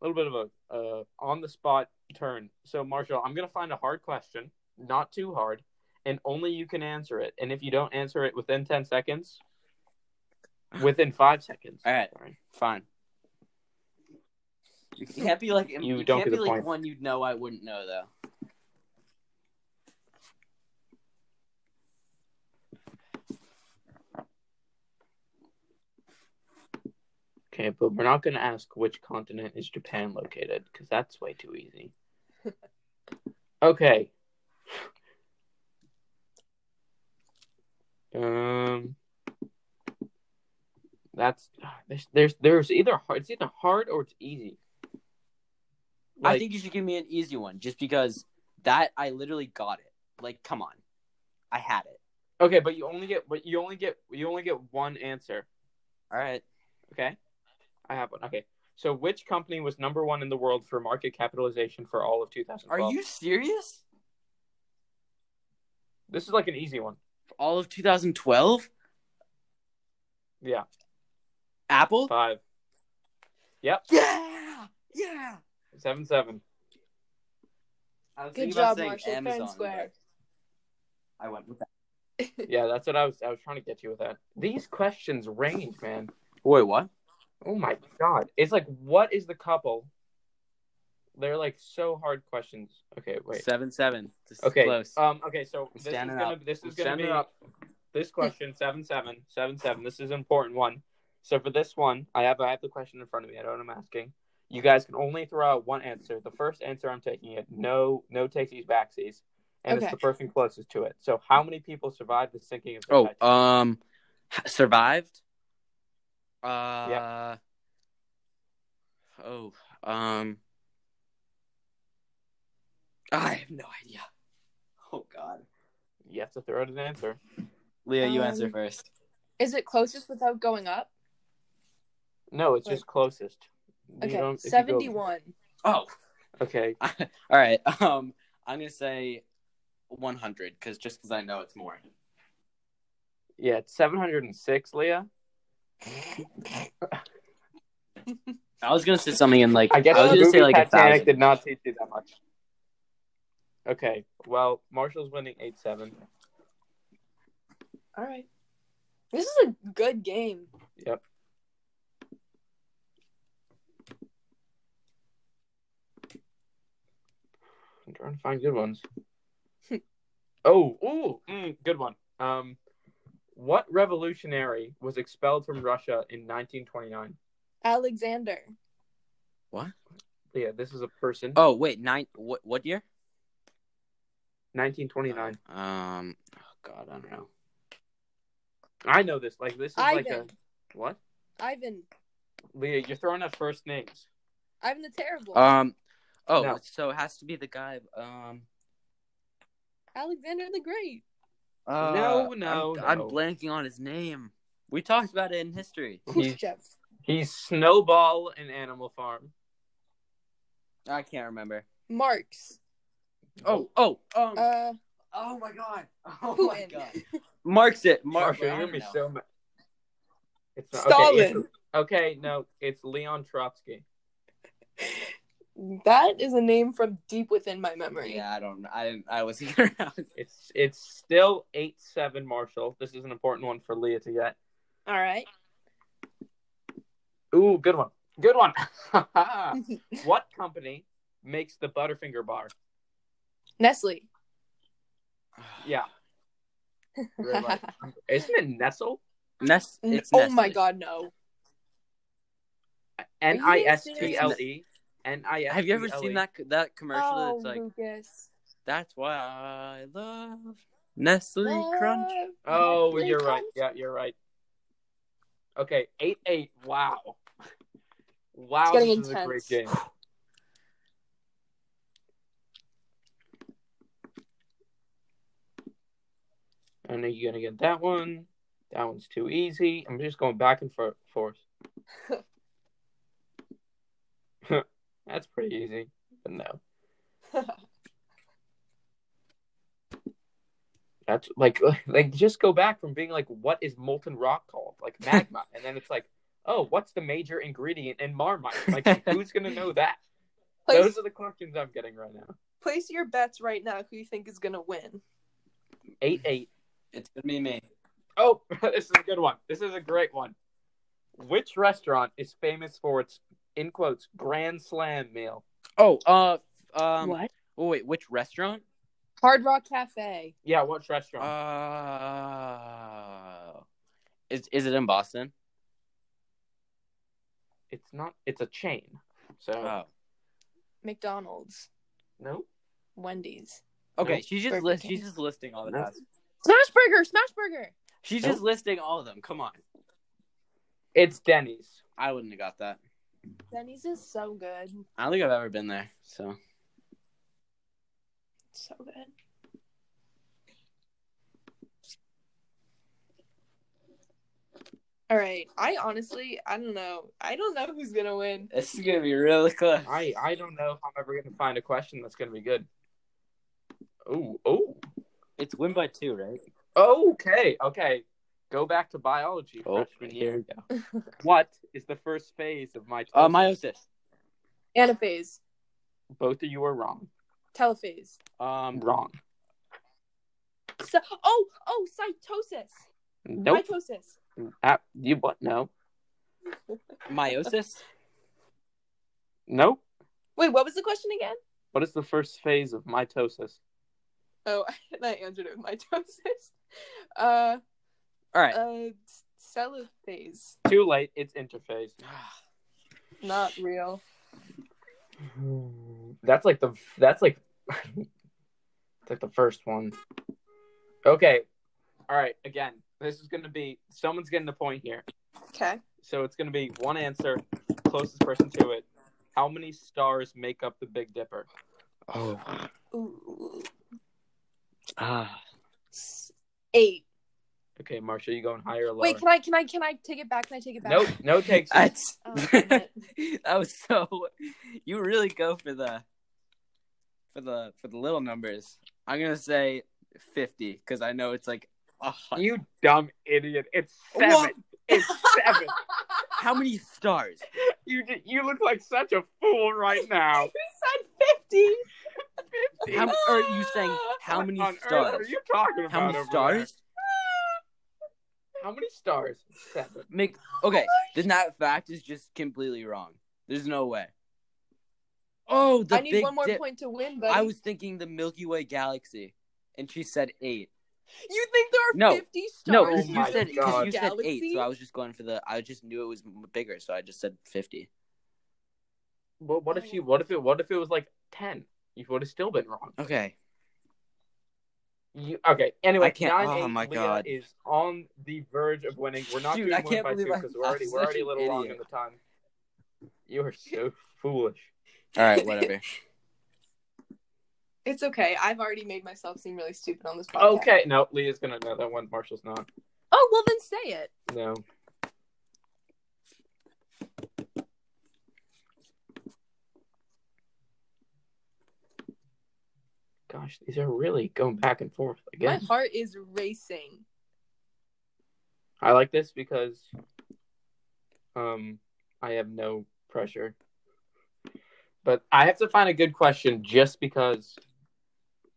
[SPEAKER 1] little bit of a uh, on the spot turn. So Marshall, I'm gonna find a hard question, not too hard, and only you can answer it. And if you don't answer it within ten seconds, within five seconds,
[SPEAKER 2] All right.
[SPEAKER 1] sorry,
[SPEAKER 2] Fine. You can't be like
[SPEAKER 1] You
[SPEAKER 2] you,
[SPEAKER 1] don't get
[SPEAKER 2] can't be
[SPEAKER 1] the
[SPEAKER 2] like
[SPEAKER 1] point.
[SPEAKER 2] one you'd know I wouldn't know though.
[SPEAKER 1] okay, but we're not gonna ask which continent is Japan located because that's way too easy.
[SPEAKER 2] [laughs]
[SPEAKER 1] okay. Um. That's there's there's, there's either hard, it's either hard or it's easy.
[SPEAKER 2] I think you should give me an easy one, just because that I literally got it. Like, come on, I had it.
[SPEAKER 1] okay, but you only get but you only get you only get one answer.
[SPEAKER 2] All right.
[SPEAKER 1] Okay, I have one. Okay, so which company was number one in the world for market capitalization for all of 2012?
[SPEAKER 2] Are you serious?
[SPEAKER 1] This is like an easy one.
[SPEAKER 2] For all of 2012,
[SPEAKER 1] Yeah,
[SPEAKER 2] Apple.
[SPEAKER 1] five,
[SPEAKER 2] Yeah, yeah.
[SPEAKER 1] seven, seven.
[SPEAKER 2] I was
[SPEAKER 3] Good
[SPEAKER 2] thinking
[SPEAKER 3] job,
[SPEAKER 2] about saying
[SPEAKER 3] Marshall. Fair and
[SPEAKER 2] Amazon,
[SPEAKER 3] square.
[SPEAKER 2] but I went with that.
[SPEAKER 1] Yeah, that's what I was I was trying to get you with that. These questions range, man.
[SPEAKER 2] Wait, what?
[SPEAKER 1] Oh my god, it's like what is the couple? They're like so hard questions. Okay, wait.
[SPEAKER 2] Seven seven. This is
[SPEAKER 1] Okay.
[SPEAKER 2] close.
[SPEAKER 1] Um. Okay. So this is
[SPEAKER 2] standing
[SPEAKER 1] gonna
[SPEAKER 2] up.
[SPEAKER 1] this
[SPEAKER 2] I'm
[SPEAKER 1] is gonna
[SPEAKER 2] standing
[SPEAKER 1] be
[SPEAKER 2] up.
[SPEAKER 1] this question seven seven seven seven. This is an important one. So for this one, I have I have the question in front of me. I know what I'm asking. You guys can only throw out one answer. The first answer I'm taking it. No, no takesies backsies, and
[SPEAKER 3] Okay.
[SPEAKER 1] it's the person closest to it. So how many people survived the sinking of the
[SPEAKER 2] Oh,
[SPEAKER 1] Titanic?
[SPEAKER 2] um, survived. Uh, Oh, um, I have no idea. Oh God,
[SPEAKER 1] you have to throw out an answer.
[SPEAKER 2] Leo, you
[SPEAKER 3] Um,
[SPEAKER 2] answer first.
[SPEAKER 3] Is it closest without going up?
[SPEAKER 1] No, it's
[SPEAKER 3] Wait.
[SPEAKER 1] just closest. You don't- if
[SPEAKER 3] Okay,
[SPEAKER 1] you go-
[SPEAKER 3] seventy-one.
[SPEAKER 2] Oh,
[SPEAKER 1] Okay.
[SPEAKER 2] all right. [laughs] Um, I'm gonna say 100 because just because I know it's more.
[SPEAKER 1] Yeah, it's seven hundred and six, Leah.
[SPEAKER 2] I was gonna say something in like
[SPEAKER 1] I guess
[SPEAKER 2] I was
[SPEAKER 1] the
[SPEAKER 2] gonna
[SPEAKER 1] movie
[SPEAKER 2] say like a
[SPEAKER 1] Titanic
[SPEAKER 2] thousand.
[SPEAKER 1] did not teach you that much. Okay, well, Marshall's winning eight seven.
[SPEAKER 3] All right. This is a good game.
[SPEAKER 1] Yep. I'm trying to find good
[SPEAKER 3] [laughs]
[SPEAKER 1] ones. oh, ooh, mm, good one. Um, what revolutionary was expelled from Russia in 1929?
[SPEAKER 3] Alexander.
[SPEAKER 1] Yeah, this is a person.
[SPEAKER 2] Oh wait, nine. What what year?
[SPEAKER 1] 1929.
[SPEAKER 2] Um. Oh God, I don't know.
[SPEAKER 1] I know this. Like this is like a
[SPEAKER 3] Ivan.
[SPEAKER 1] what?
[SPEAKER 3] Ivan.
[SPEAKER 1] Leah, you're throwing out first names.
[SPEAKER 3] Ivan the Terrible.
[SPEAKER 1] Uh,
[SPEAKER 2] Um. Oh,
[SPEAKER 1] No.
[SPEAKER 2] so it has to be the guy. Um.
[SPEAKER 3] Alexander the Great.
[SPEAKER 2] Uh,
[SPEAKER 1] No, no,
[SPEAKER 2] I'm, I'm
[SPEAKER 1] no.
[SPEAKER 2] blanking on his name. We talked about it in history.
[SPEAKER 1] He's
[SPEAKER 3] Khrushchev.
[SPEAKER 1] he's Snowball in Animal Farm.
[SPEAKER 2] I can't remember.
[SPEAKER 3] Marx.
[SPEAKER 2] Oh, oh, um,
[SPEAKER 3] Uh,
[SPEAKER 2] oh my god, [laughs] oh
[SPEAKER 3] Putin.
[SPEAKER 2] [laughs] Marks it, Mark.
[SPEAKER 1] Marshall, you're
[SPEAKER 2] I
[SPEAKER 1] gonna
[SPEAKER 2] don't
[SPEAKER 1] be
[SPEAKER 2] know.
[SPEAKER 1] so mad. It's
[SPEAKER 3] Stalin.
[SPEAKER 1] Okay, Okay, no, it's Leon Trotsky.
[SPEAKER 3] That is a name from deep within my memory.
[SPEAKER 2] Yeah, I don't. I didn't. I wasn't [laughs] [sighs] around.
[SPEAKER 1] It's it's still eight seven Marshall. This is an important one for Leah to get.
[SPEAKER 3] All right.
[SPEAKER 1] Ooh, good one. Good one. [laughs] what company makes the Butterfinger bar?
[SPEAKER 3] Nestle.
[SPEAKER 2] [laughs]
[SPEAKER 1] Yeah. Really
[SPEAKER 3] [laughs]
[SPEAKER 1] like- Isn't it Nestle?
[SPEAKER 2] Nest.
[SPEAKER 3] N-
[SPEAKER 2] It's
[SPEAKER 3] oh my
[SPEAKER 2] Nestle.
[SPEAKER 3] god, no.
[SPEAKER 1] N I S T L E. N I S.
[SPEAKER 2] Have you ever seen that that commercial?
[SPEAKER 3] Oh,
[SPEAKER 2] that's like
[SPEAKER 3] Lucas.
[SPEAKER 2] that's why I love Nestle Crunch.
[SPEAKER 3] Love
[SPEAKER 1] Oh,
[SPEAKER 3] Nestle
[SPEAKER 1] you're right.
[SPEAKER 3] Crunch.
[SPEAKER 1] Yeah, you're right. Okay, eight eight. Wow. Wow,
[SPEAKER 3] It's
[SPEAKER 1] this
[SPEAKER 3] getting
[SPEAKER 1] is a great
[SPEAKER 3] intense.
[SPEAKER 1] game. I know you're gonna get that one. That one's too easy. I'm just going back and for- forth. That's pretty easy, but no. That's like [laughs] like just go back from being like, what is molten rock called? Like magma, and then it's like, oh, what's the major ingredient in marmite? Like, who's gonna know that?
[SPEAKER 3] Place,
[SPEAKER 1] Those are the questions I'm getting right now.
[SPEAKER 3] place your bets right now who you think is going to win.
[SPEAKER 1] Eight eight.
[SPEAKER 2] It's gonna be me.
[SPEAKER 1] Oh, [laughs] this is a good one. This is a great one. Which restaurant is famous for its in quotes grand slam meal?
[SPEAKER 2] Oh, uh, um. Oh wait, which restaurant?
[SPEAKER 3] Hard Rock Cafe.
[SPEAKER 1] Yeah, which restaurant?
[SPEAKER 2] Uh, is is it in Boston?
[SPEAKER 1] it's not. It's a chain. So
[SPEAKER 2] Oh,
[SPEAKER 3] McDonald's.
[SPEAKER 1] no.
[SPEAKER 3] Wendy's.
[SPEAKER 2] okay.
[SPEAKER 1] Nope.
[SPEAKER 2] She's just
[SPEAKER 3] Burger
[SPEAKER 2] list.
[SPEAKER 3] King.
[SPEAKER 2] She's just listing all the
[SPEAKER 1] Nope.
[SPEAKER 2] fast.
[SPEAKER 3] Smashburger! Smashburger!
[SPEAKER 2] She's
[SPEAKER 1] Nope.
[SPEAKER 2] just listing all of them. Come on,
[SPEAKER 1] It's Denny's.
[SPEAKER 2] I wouldn't have got that.
[SPEAKER 3] Denny's is so good.
[SPEAKER 2] I don't think I've ever been there. So
[SPEAKER 3] It's so good. All right. I honestly, I don't know. I don't know who's going to win.
[SPEAKER 2] this is gonna be really close.
[SPEAKER 1] I I don't know if I'm ever gonna find a question that's gonna be good. Oh oh
[SPEAKER 2] It's win by two, right?
[SPEAKER 1] okay okay. Go back to biology
[SPEAKER 2] Oh,
[SPEAKER 1] freshman
[SPEAKER 2] here
[SPEAKER 1] year. [laughs] What is the first phase of my?
[SPEAKER 2] Uh, meiosis.
[SPEAKER 3] Anaphase.
[SPEAKER 1] Both of you are wrong.
[SPEAKER 3] Telephase.
[SPEAKER 1] I'm
[SPEAKER 2] Um,
[SPEAKER 1] wrong.
[SPEAKER 3] So, oh, oh, cytosis.
[SPEAKER 1] Nope.
[SPEAKER 3] Mitosis.
[SPEAKER 1] Ah, you what? No.
[SPEAKER 2] meiosis.
[SPEAKER 1] Nope.
[SPEAKER 3] Wait, what was the question again?
[SPEAKER 1] What is the first phase of mitosis?
[SPEAKER 3] Oh, [laughs] I answered it with mitosis. [laughs] Uh,
[SPEAKER 2] All right.
[SPEAKER 3] uh, cellophase.
[SPEAKER 1] Too late. It's interphase.
[SPEAKER 3] Not real.
[SPEAKER 1] [sighs] That's like the that's like [laughs] it's like the first one. Okay. All right. Again, this is going to be someone's getting the point here.
[SPEAKER 3] Okay.
[SPEAKER 1] So it's going to be one answer, closest person to it. How many stars make up the Big Dipper?
[SPEAKER 2] [sighs] oh.
[SPEAKER 3] Ooh.
[SPEAKER 2] Ah.
[SPEAKER 3] S- Eight.
[SPEAKER 1] Okay, Marcia, you going higher or lower?
[SPEAKER 3] Wait, can I can I can I take it back? Can I take it back?
[SPEAKER 1] no, no takes.
[SPEAKER 2] That's. [laughs]
[SPEAKER 3] Oh, damn it.
[SPEAKER 2] that was so. You really go for the. For the for the little numbers, I'm gonna say fifty because I know it's like a hundred.
[SPEAKER 1] you dumb idiot! It's seven.
[SPEAKER 2] What?
[SPEAKER 1] It's seven. [laughs]
[SPEAKER 2] How many stars?
[SPEAKER 1] you ju- you look like such a fool right now.
[SPEAKER 3] you said fifty.
[SPEAKER 2] How are you saying how
[SPEAKER 1] What
[SPEAKER 2] many
[SPEAKER 1] on earth are
[SPEAKER 2] stars?
[SPEAKER 1] you talking about?
[SPEAKER 2] How many
[SPEAKER 1] over there?
[SPEAKER 2] stars?
[SPEAKER 1] How many stars? Seven.
[SPEAKER 2] Make okay.
[SPEAKER 3] Oh
[SPEAKER 2] Then that fact is just completely wrong. There's no way. Oh, the
[SPEAKER 3] I need
[SPEAKER 2] Big
[SPEAKER 3] one more
[SPEAKER 2] Dip.
[SPEAKER 3] point to win, buddy.
[SPEAKER 2] I was thinking the Milky Way galaxy, and she said eight.
[SPEAKER 3] You think there are
[SPEAKER 2] No.
[SPEAKER 3] fifty stars?
[SPEAKER 2] No,
[SPEAKER 1] Oh
[SPEAKER 2] because you
[SPEAKER 1] my
[SPEAKER 2] said because
[SPEAKER 1] God.
[SPEAKER 2] you said eight, so I was just going for the. I just knew it was m- bigger, so I just said fifty.
[SPEAKER 1] Well, what if you? What if it? What if it was like ten? You would have still been wrong.
[SPEAKER 2] Okay.
[SPEAKER 1] You, okay. Anyway,
[SPEAKER 2] I can't-
[SPEAKER 1] nine
[SPEAKER 2] oh
[SPEAKER 1] eight,
[SPEAKER 2] my
[SPEAKER 1] Leah
[SPEAKER 2] God.
[SPEAKER 1] is on the verge of winning. We're not
[SPEAKER 2] Shoot,
[SPEAKER 1] doing
[SPEAKER 2] I
[SPEAKER 1] one
[SPEAKER 2] can't
[SPEAKER 1] by two
[SPEAKER 2] believe I'm-
[SPEAKER 1] because we're already we're
[SPEAKER 2] I'm
[SPEAKER 1] already a
[SPEAKER 2] such an
[SPEAKER 1] little long on
[SPEAKER 2] idiot.
[SPEAKER 1] the time. You are so foolish.
[SPEAKER 2] All
[SPEAKER 3] [laughs]
[SPEAKER 2] right. Whatever.
[SPEAKER 3] It's okay. I've already made myself seem really stupid on this podcast.
[SPEAKER 1] Okay. No, Leah's gonna know that one. Marshall's not.
[SPEAKER 3] Oh well, then say it.
[SPEAKER 1] No. Gosh, these are really going back and forth
[SPEAKER 3] My
[SPEAKER 1] again.
[SPEAKER 3] heart is racing.
[SPEAKER 1] I like this because Um, I have no pressure. But I have to find a good question just because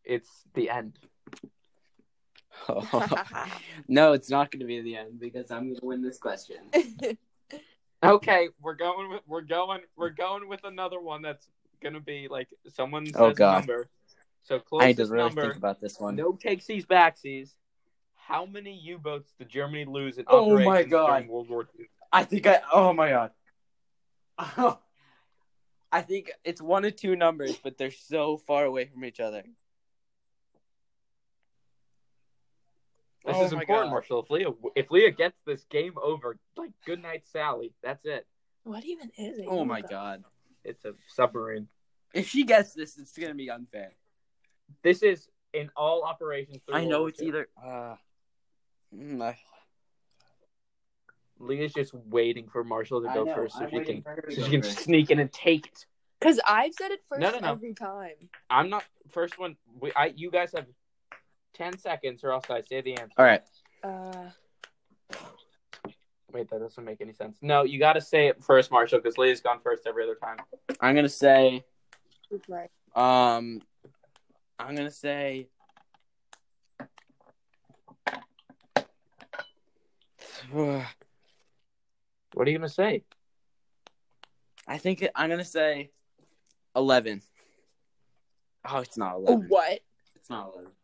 [SPEAKER 1] it's the end.
[SPEAKER 2] [laughs] no, it's not going to be the end because I'm going to win this question.
[SPEAKER 1] Okay, we're going with we're going we're going with another one that's gonna be like someone says
[SPEAKER 2] Oh, God.
[SPEAKER 1] number. So
[SPEAKER 2] I need
[SPEAKER 1] closest
[SPEAKER 2] to really
[SPEAKER 1] number.
[SPEAKER 2] think about this one.
[SPEAKER 1] No takesies, backsies. How many U-boats did Germany lose in
[SPEAKER 2] Oh my
[SPEAKER 1] operations
[SPEAKER 2] God.
[SPEAKER 1] during World War II?
[SPEAKER 2] I think I. Oh my god. I think it's one or two numbers, but they're so far away from each other.
[SPEAKER 1] This
[SPEAKER 2] Oh
[SPEAKER 1] is
[SPEAKER 2] my
[SPEAKER 1] important,
[SPEAKER 2] God.
[SPEAKER 1] Marshall. If Leah if Leah gets this game over, like good night, Sally. That's it.
[SPEAKER 3] [laughs] what even is it?
[SPEAKER 2] Oh my god.
[SPEAKER 1] It's a submarine.
[SPEAKER 2] If she gets this, it's gonna be unfair.
[SPEAKER 1] This is in all operations. through
[SPEAKER 2] I
[SPEAKER 1] World
[SPEAKER 2] know
[SPEAKER 1] War
[SPEAKER 2] it's
[SPEAKER 1] II.
[SPEAKER 2] either. Uh, mm, I-
[SPEAKER 1] Leah's just waiting for Marshall to
[SPEAKER 2] I
[SPEAKER 1] go
[SPEAKER 2] know,
[SPEAKER 1] first, so
[SPEAKER 2] I'm
[SPEAKER 1] she
[SPEAKER 2] waiting
[SPEAKER 1] can
[SPEAKER 2] for her to
[SPEAKER 1] so
[SPEAKER 2] go
[SPEAKER 1] she can
[SPEAKER 2] first.
[SPEAKER 1] sneak in and take it.
[SPEAKER 3] Because I've said it first
[SPEAKER 1] No, no, no.
[SPEAKER 3] every time.
[SPEAKER 1] I'm not first one. We, I you guys have ten seconds, or else I say the answer.
[SPEAKER 2] All right.
[SPEAKER 3] Uh,
[SPEAKER 1] Wait, that doesn't make any sense. No, you got to say it first, Marshall, because Leah's gone first every other time.
[SPEAKER 2] I'm gonna say.
[SPEAKER 3] she's right.
[SPEAKER 2] Um, I'm gonna say.
[SPEAKER 1] What are you gonna say?
[SPEAKER 2] I think it- I'm gonna say eleven. Oh, it's not
[SPEAKER 3] Oh,
[SPEAKER 2] eleven.
[SPEAKER 3] What?
[SPEAKER 2] It's not eleven.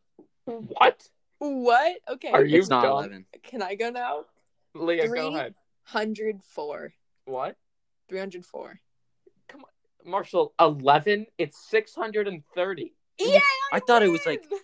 [SPEAKER 1] What?
[SPEAKER 3] What? Okay.
[SPEAKER 1] Are you
[SPEAKER 2] it's not
[SPEAKER 1] dumb?
[SPEAKER 2] eleven.
[SPEAKER 3] Can I go now?
[SPEAKER 1] Leah,
[SPEAKER 3] Three.
[SPEAKER 1] go ahead.
[SPEAKER 3] 104.
[SPEAKER 1] What?
[SPEAKER 3] 304.
[SPEAKER 1] Marshall, eleven. It's six hundred and thirty.
[SPEAKER 3] Yeah,
[SPEAKER 2] I thought it was like
[SPEAKER 3] win!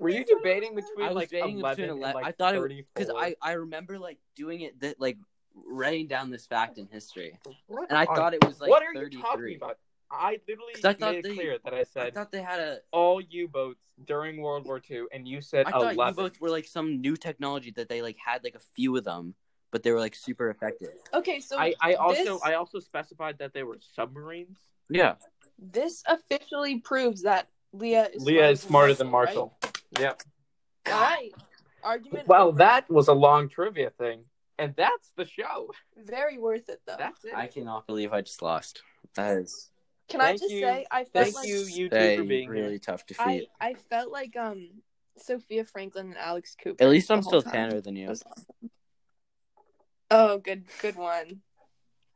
[SPEAKER 1] Were you
[SPEAKER 3] That's what I
[SPEAKER 1] debating
[SPEAKER 3] said.
[SPEAKER 1] between
[SPEAKER 2] I was
[SPEAKER 1] like
[SPEAKER 2] debating between
[SPEAKER 1] eleven and
[SPEAKER 2] 11
[SPEAKER 1] like
[SPEAKER 2] I thought it- because
[SPEAKER 1] 34?
[SPEAKER 2] I I remember like doing it that like writing down this fact in history,
[SPEAKER 1] What
[SPEAKER 2] and I
[SPEAKER 1] on-
[SPEAKER 2] thought it was like
[SPEAKER 1] what are you
[SPEAKER 2] 33.
[SPEAKER 1] talking about? I literally
[SPEAKER 2] 'Cause I thought
[SPEAKER 1] made it
[SPEAKER 2] they-
[SPEAKER 1] clear that I
[SPEAKER 2] I
[SPEAKER 1] said
[SPEAKER 2] thought they had a.
[SPEAKER 1] all U-boats during World War II, and you said
[SPEAKER 2] I thought
[SPEAKER 1] eleven.
[SPEAKER 2] U-boats were like some new technology that they like had like a few of them, but they were like super effective.
[SPEAKER 3] Okay, so
[SPEAKER 1] I, I also
[SPEAKER 3] this-
[SPEAKER 1] I also specified that they were submarines.
[SPEAKER 2] Yeah.
[SPEAKER 3] this officially proves that Leah is
[SPEAKER 1] Leah is smarter than
[SPEAKER 3] Marshall,
[SPEAKER 1] Marshall. Yep.
[SPEAKER 3] right? All right. Argument.
[SPEAKER 1] Well,
[SPEAKER 3] over.
[SPEAKER 1] that was a long trivia thing, and that's the show.
[SPEAKER 3] very worth it though.
[SPEAKER 1] That's it.
[SPEAKER 2] Oh, I cannot believe I just lost. That is
[SPEAKER 3] Can I
[SPEAKER 1] Thank
[SPEAKER 3] just
[SPEAKER 1] you.
[SPEAKER 3] say I felt
[SPEAKER 1] Thank
[SPEAKER 3] like
[SPEAKER 1] you, you two,
[SPEAKER 2] a
[SPEAKER 1] for being
[SPEAKER 2] really
[SPEAKER 1] here.
[SPEAKER 2] tough
[SPEAKER 3] I,
[SPEAKER 2] defeat.
[SPEAKER 3] I felt like um Sophia Franklin and Alex Cooper.
[SPEAKER 2] At least I'm
[SPEAKER 3] the
[SPEAKER 2] still
[SPEAKER 3] whole time.
[SPEAKER 2] tanner than
[SPEAKER 3] That
[SPEAKER 2] you.
[SPEAKER 3] was awesome. Oh, good good one.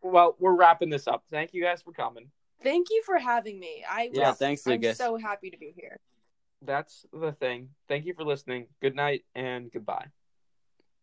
[SPEAKER 1] Well, we're wrapping this up. Thank you guys for coming.
[SPEAKER 3] Thank you for having me. I was,
[SPEAKER 2] Yeah, thanks,
[SPEAKER 3] I'm
[SPEAKER 2] Lucas.
[SPEAKER 3] so happy to be here.
[SPEAKER 1] That's the thing. Thank you for listening. Good night and goodbye.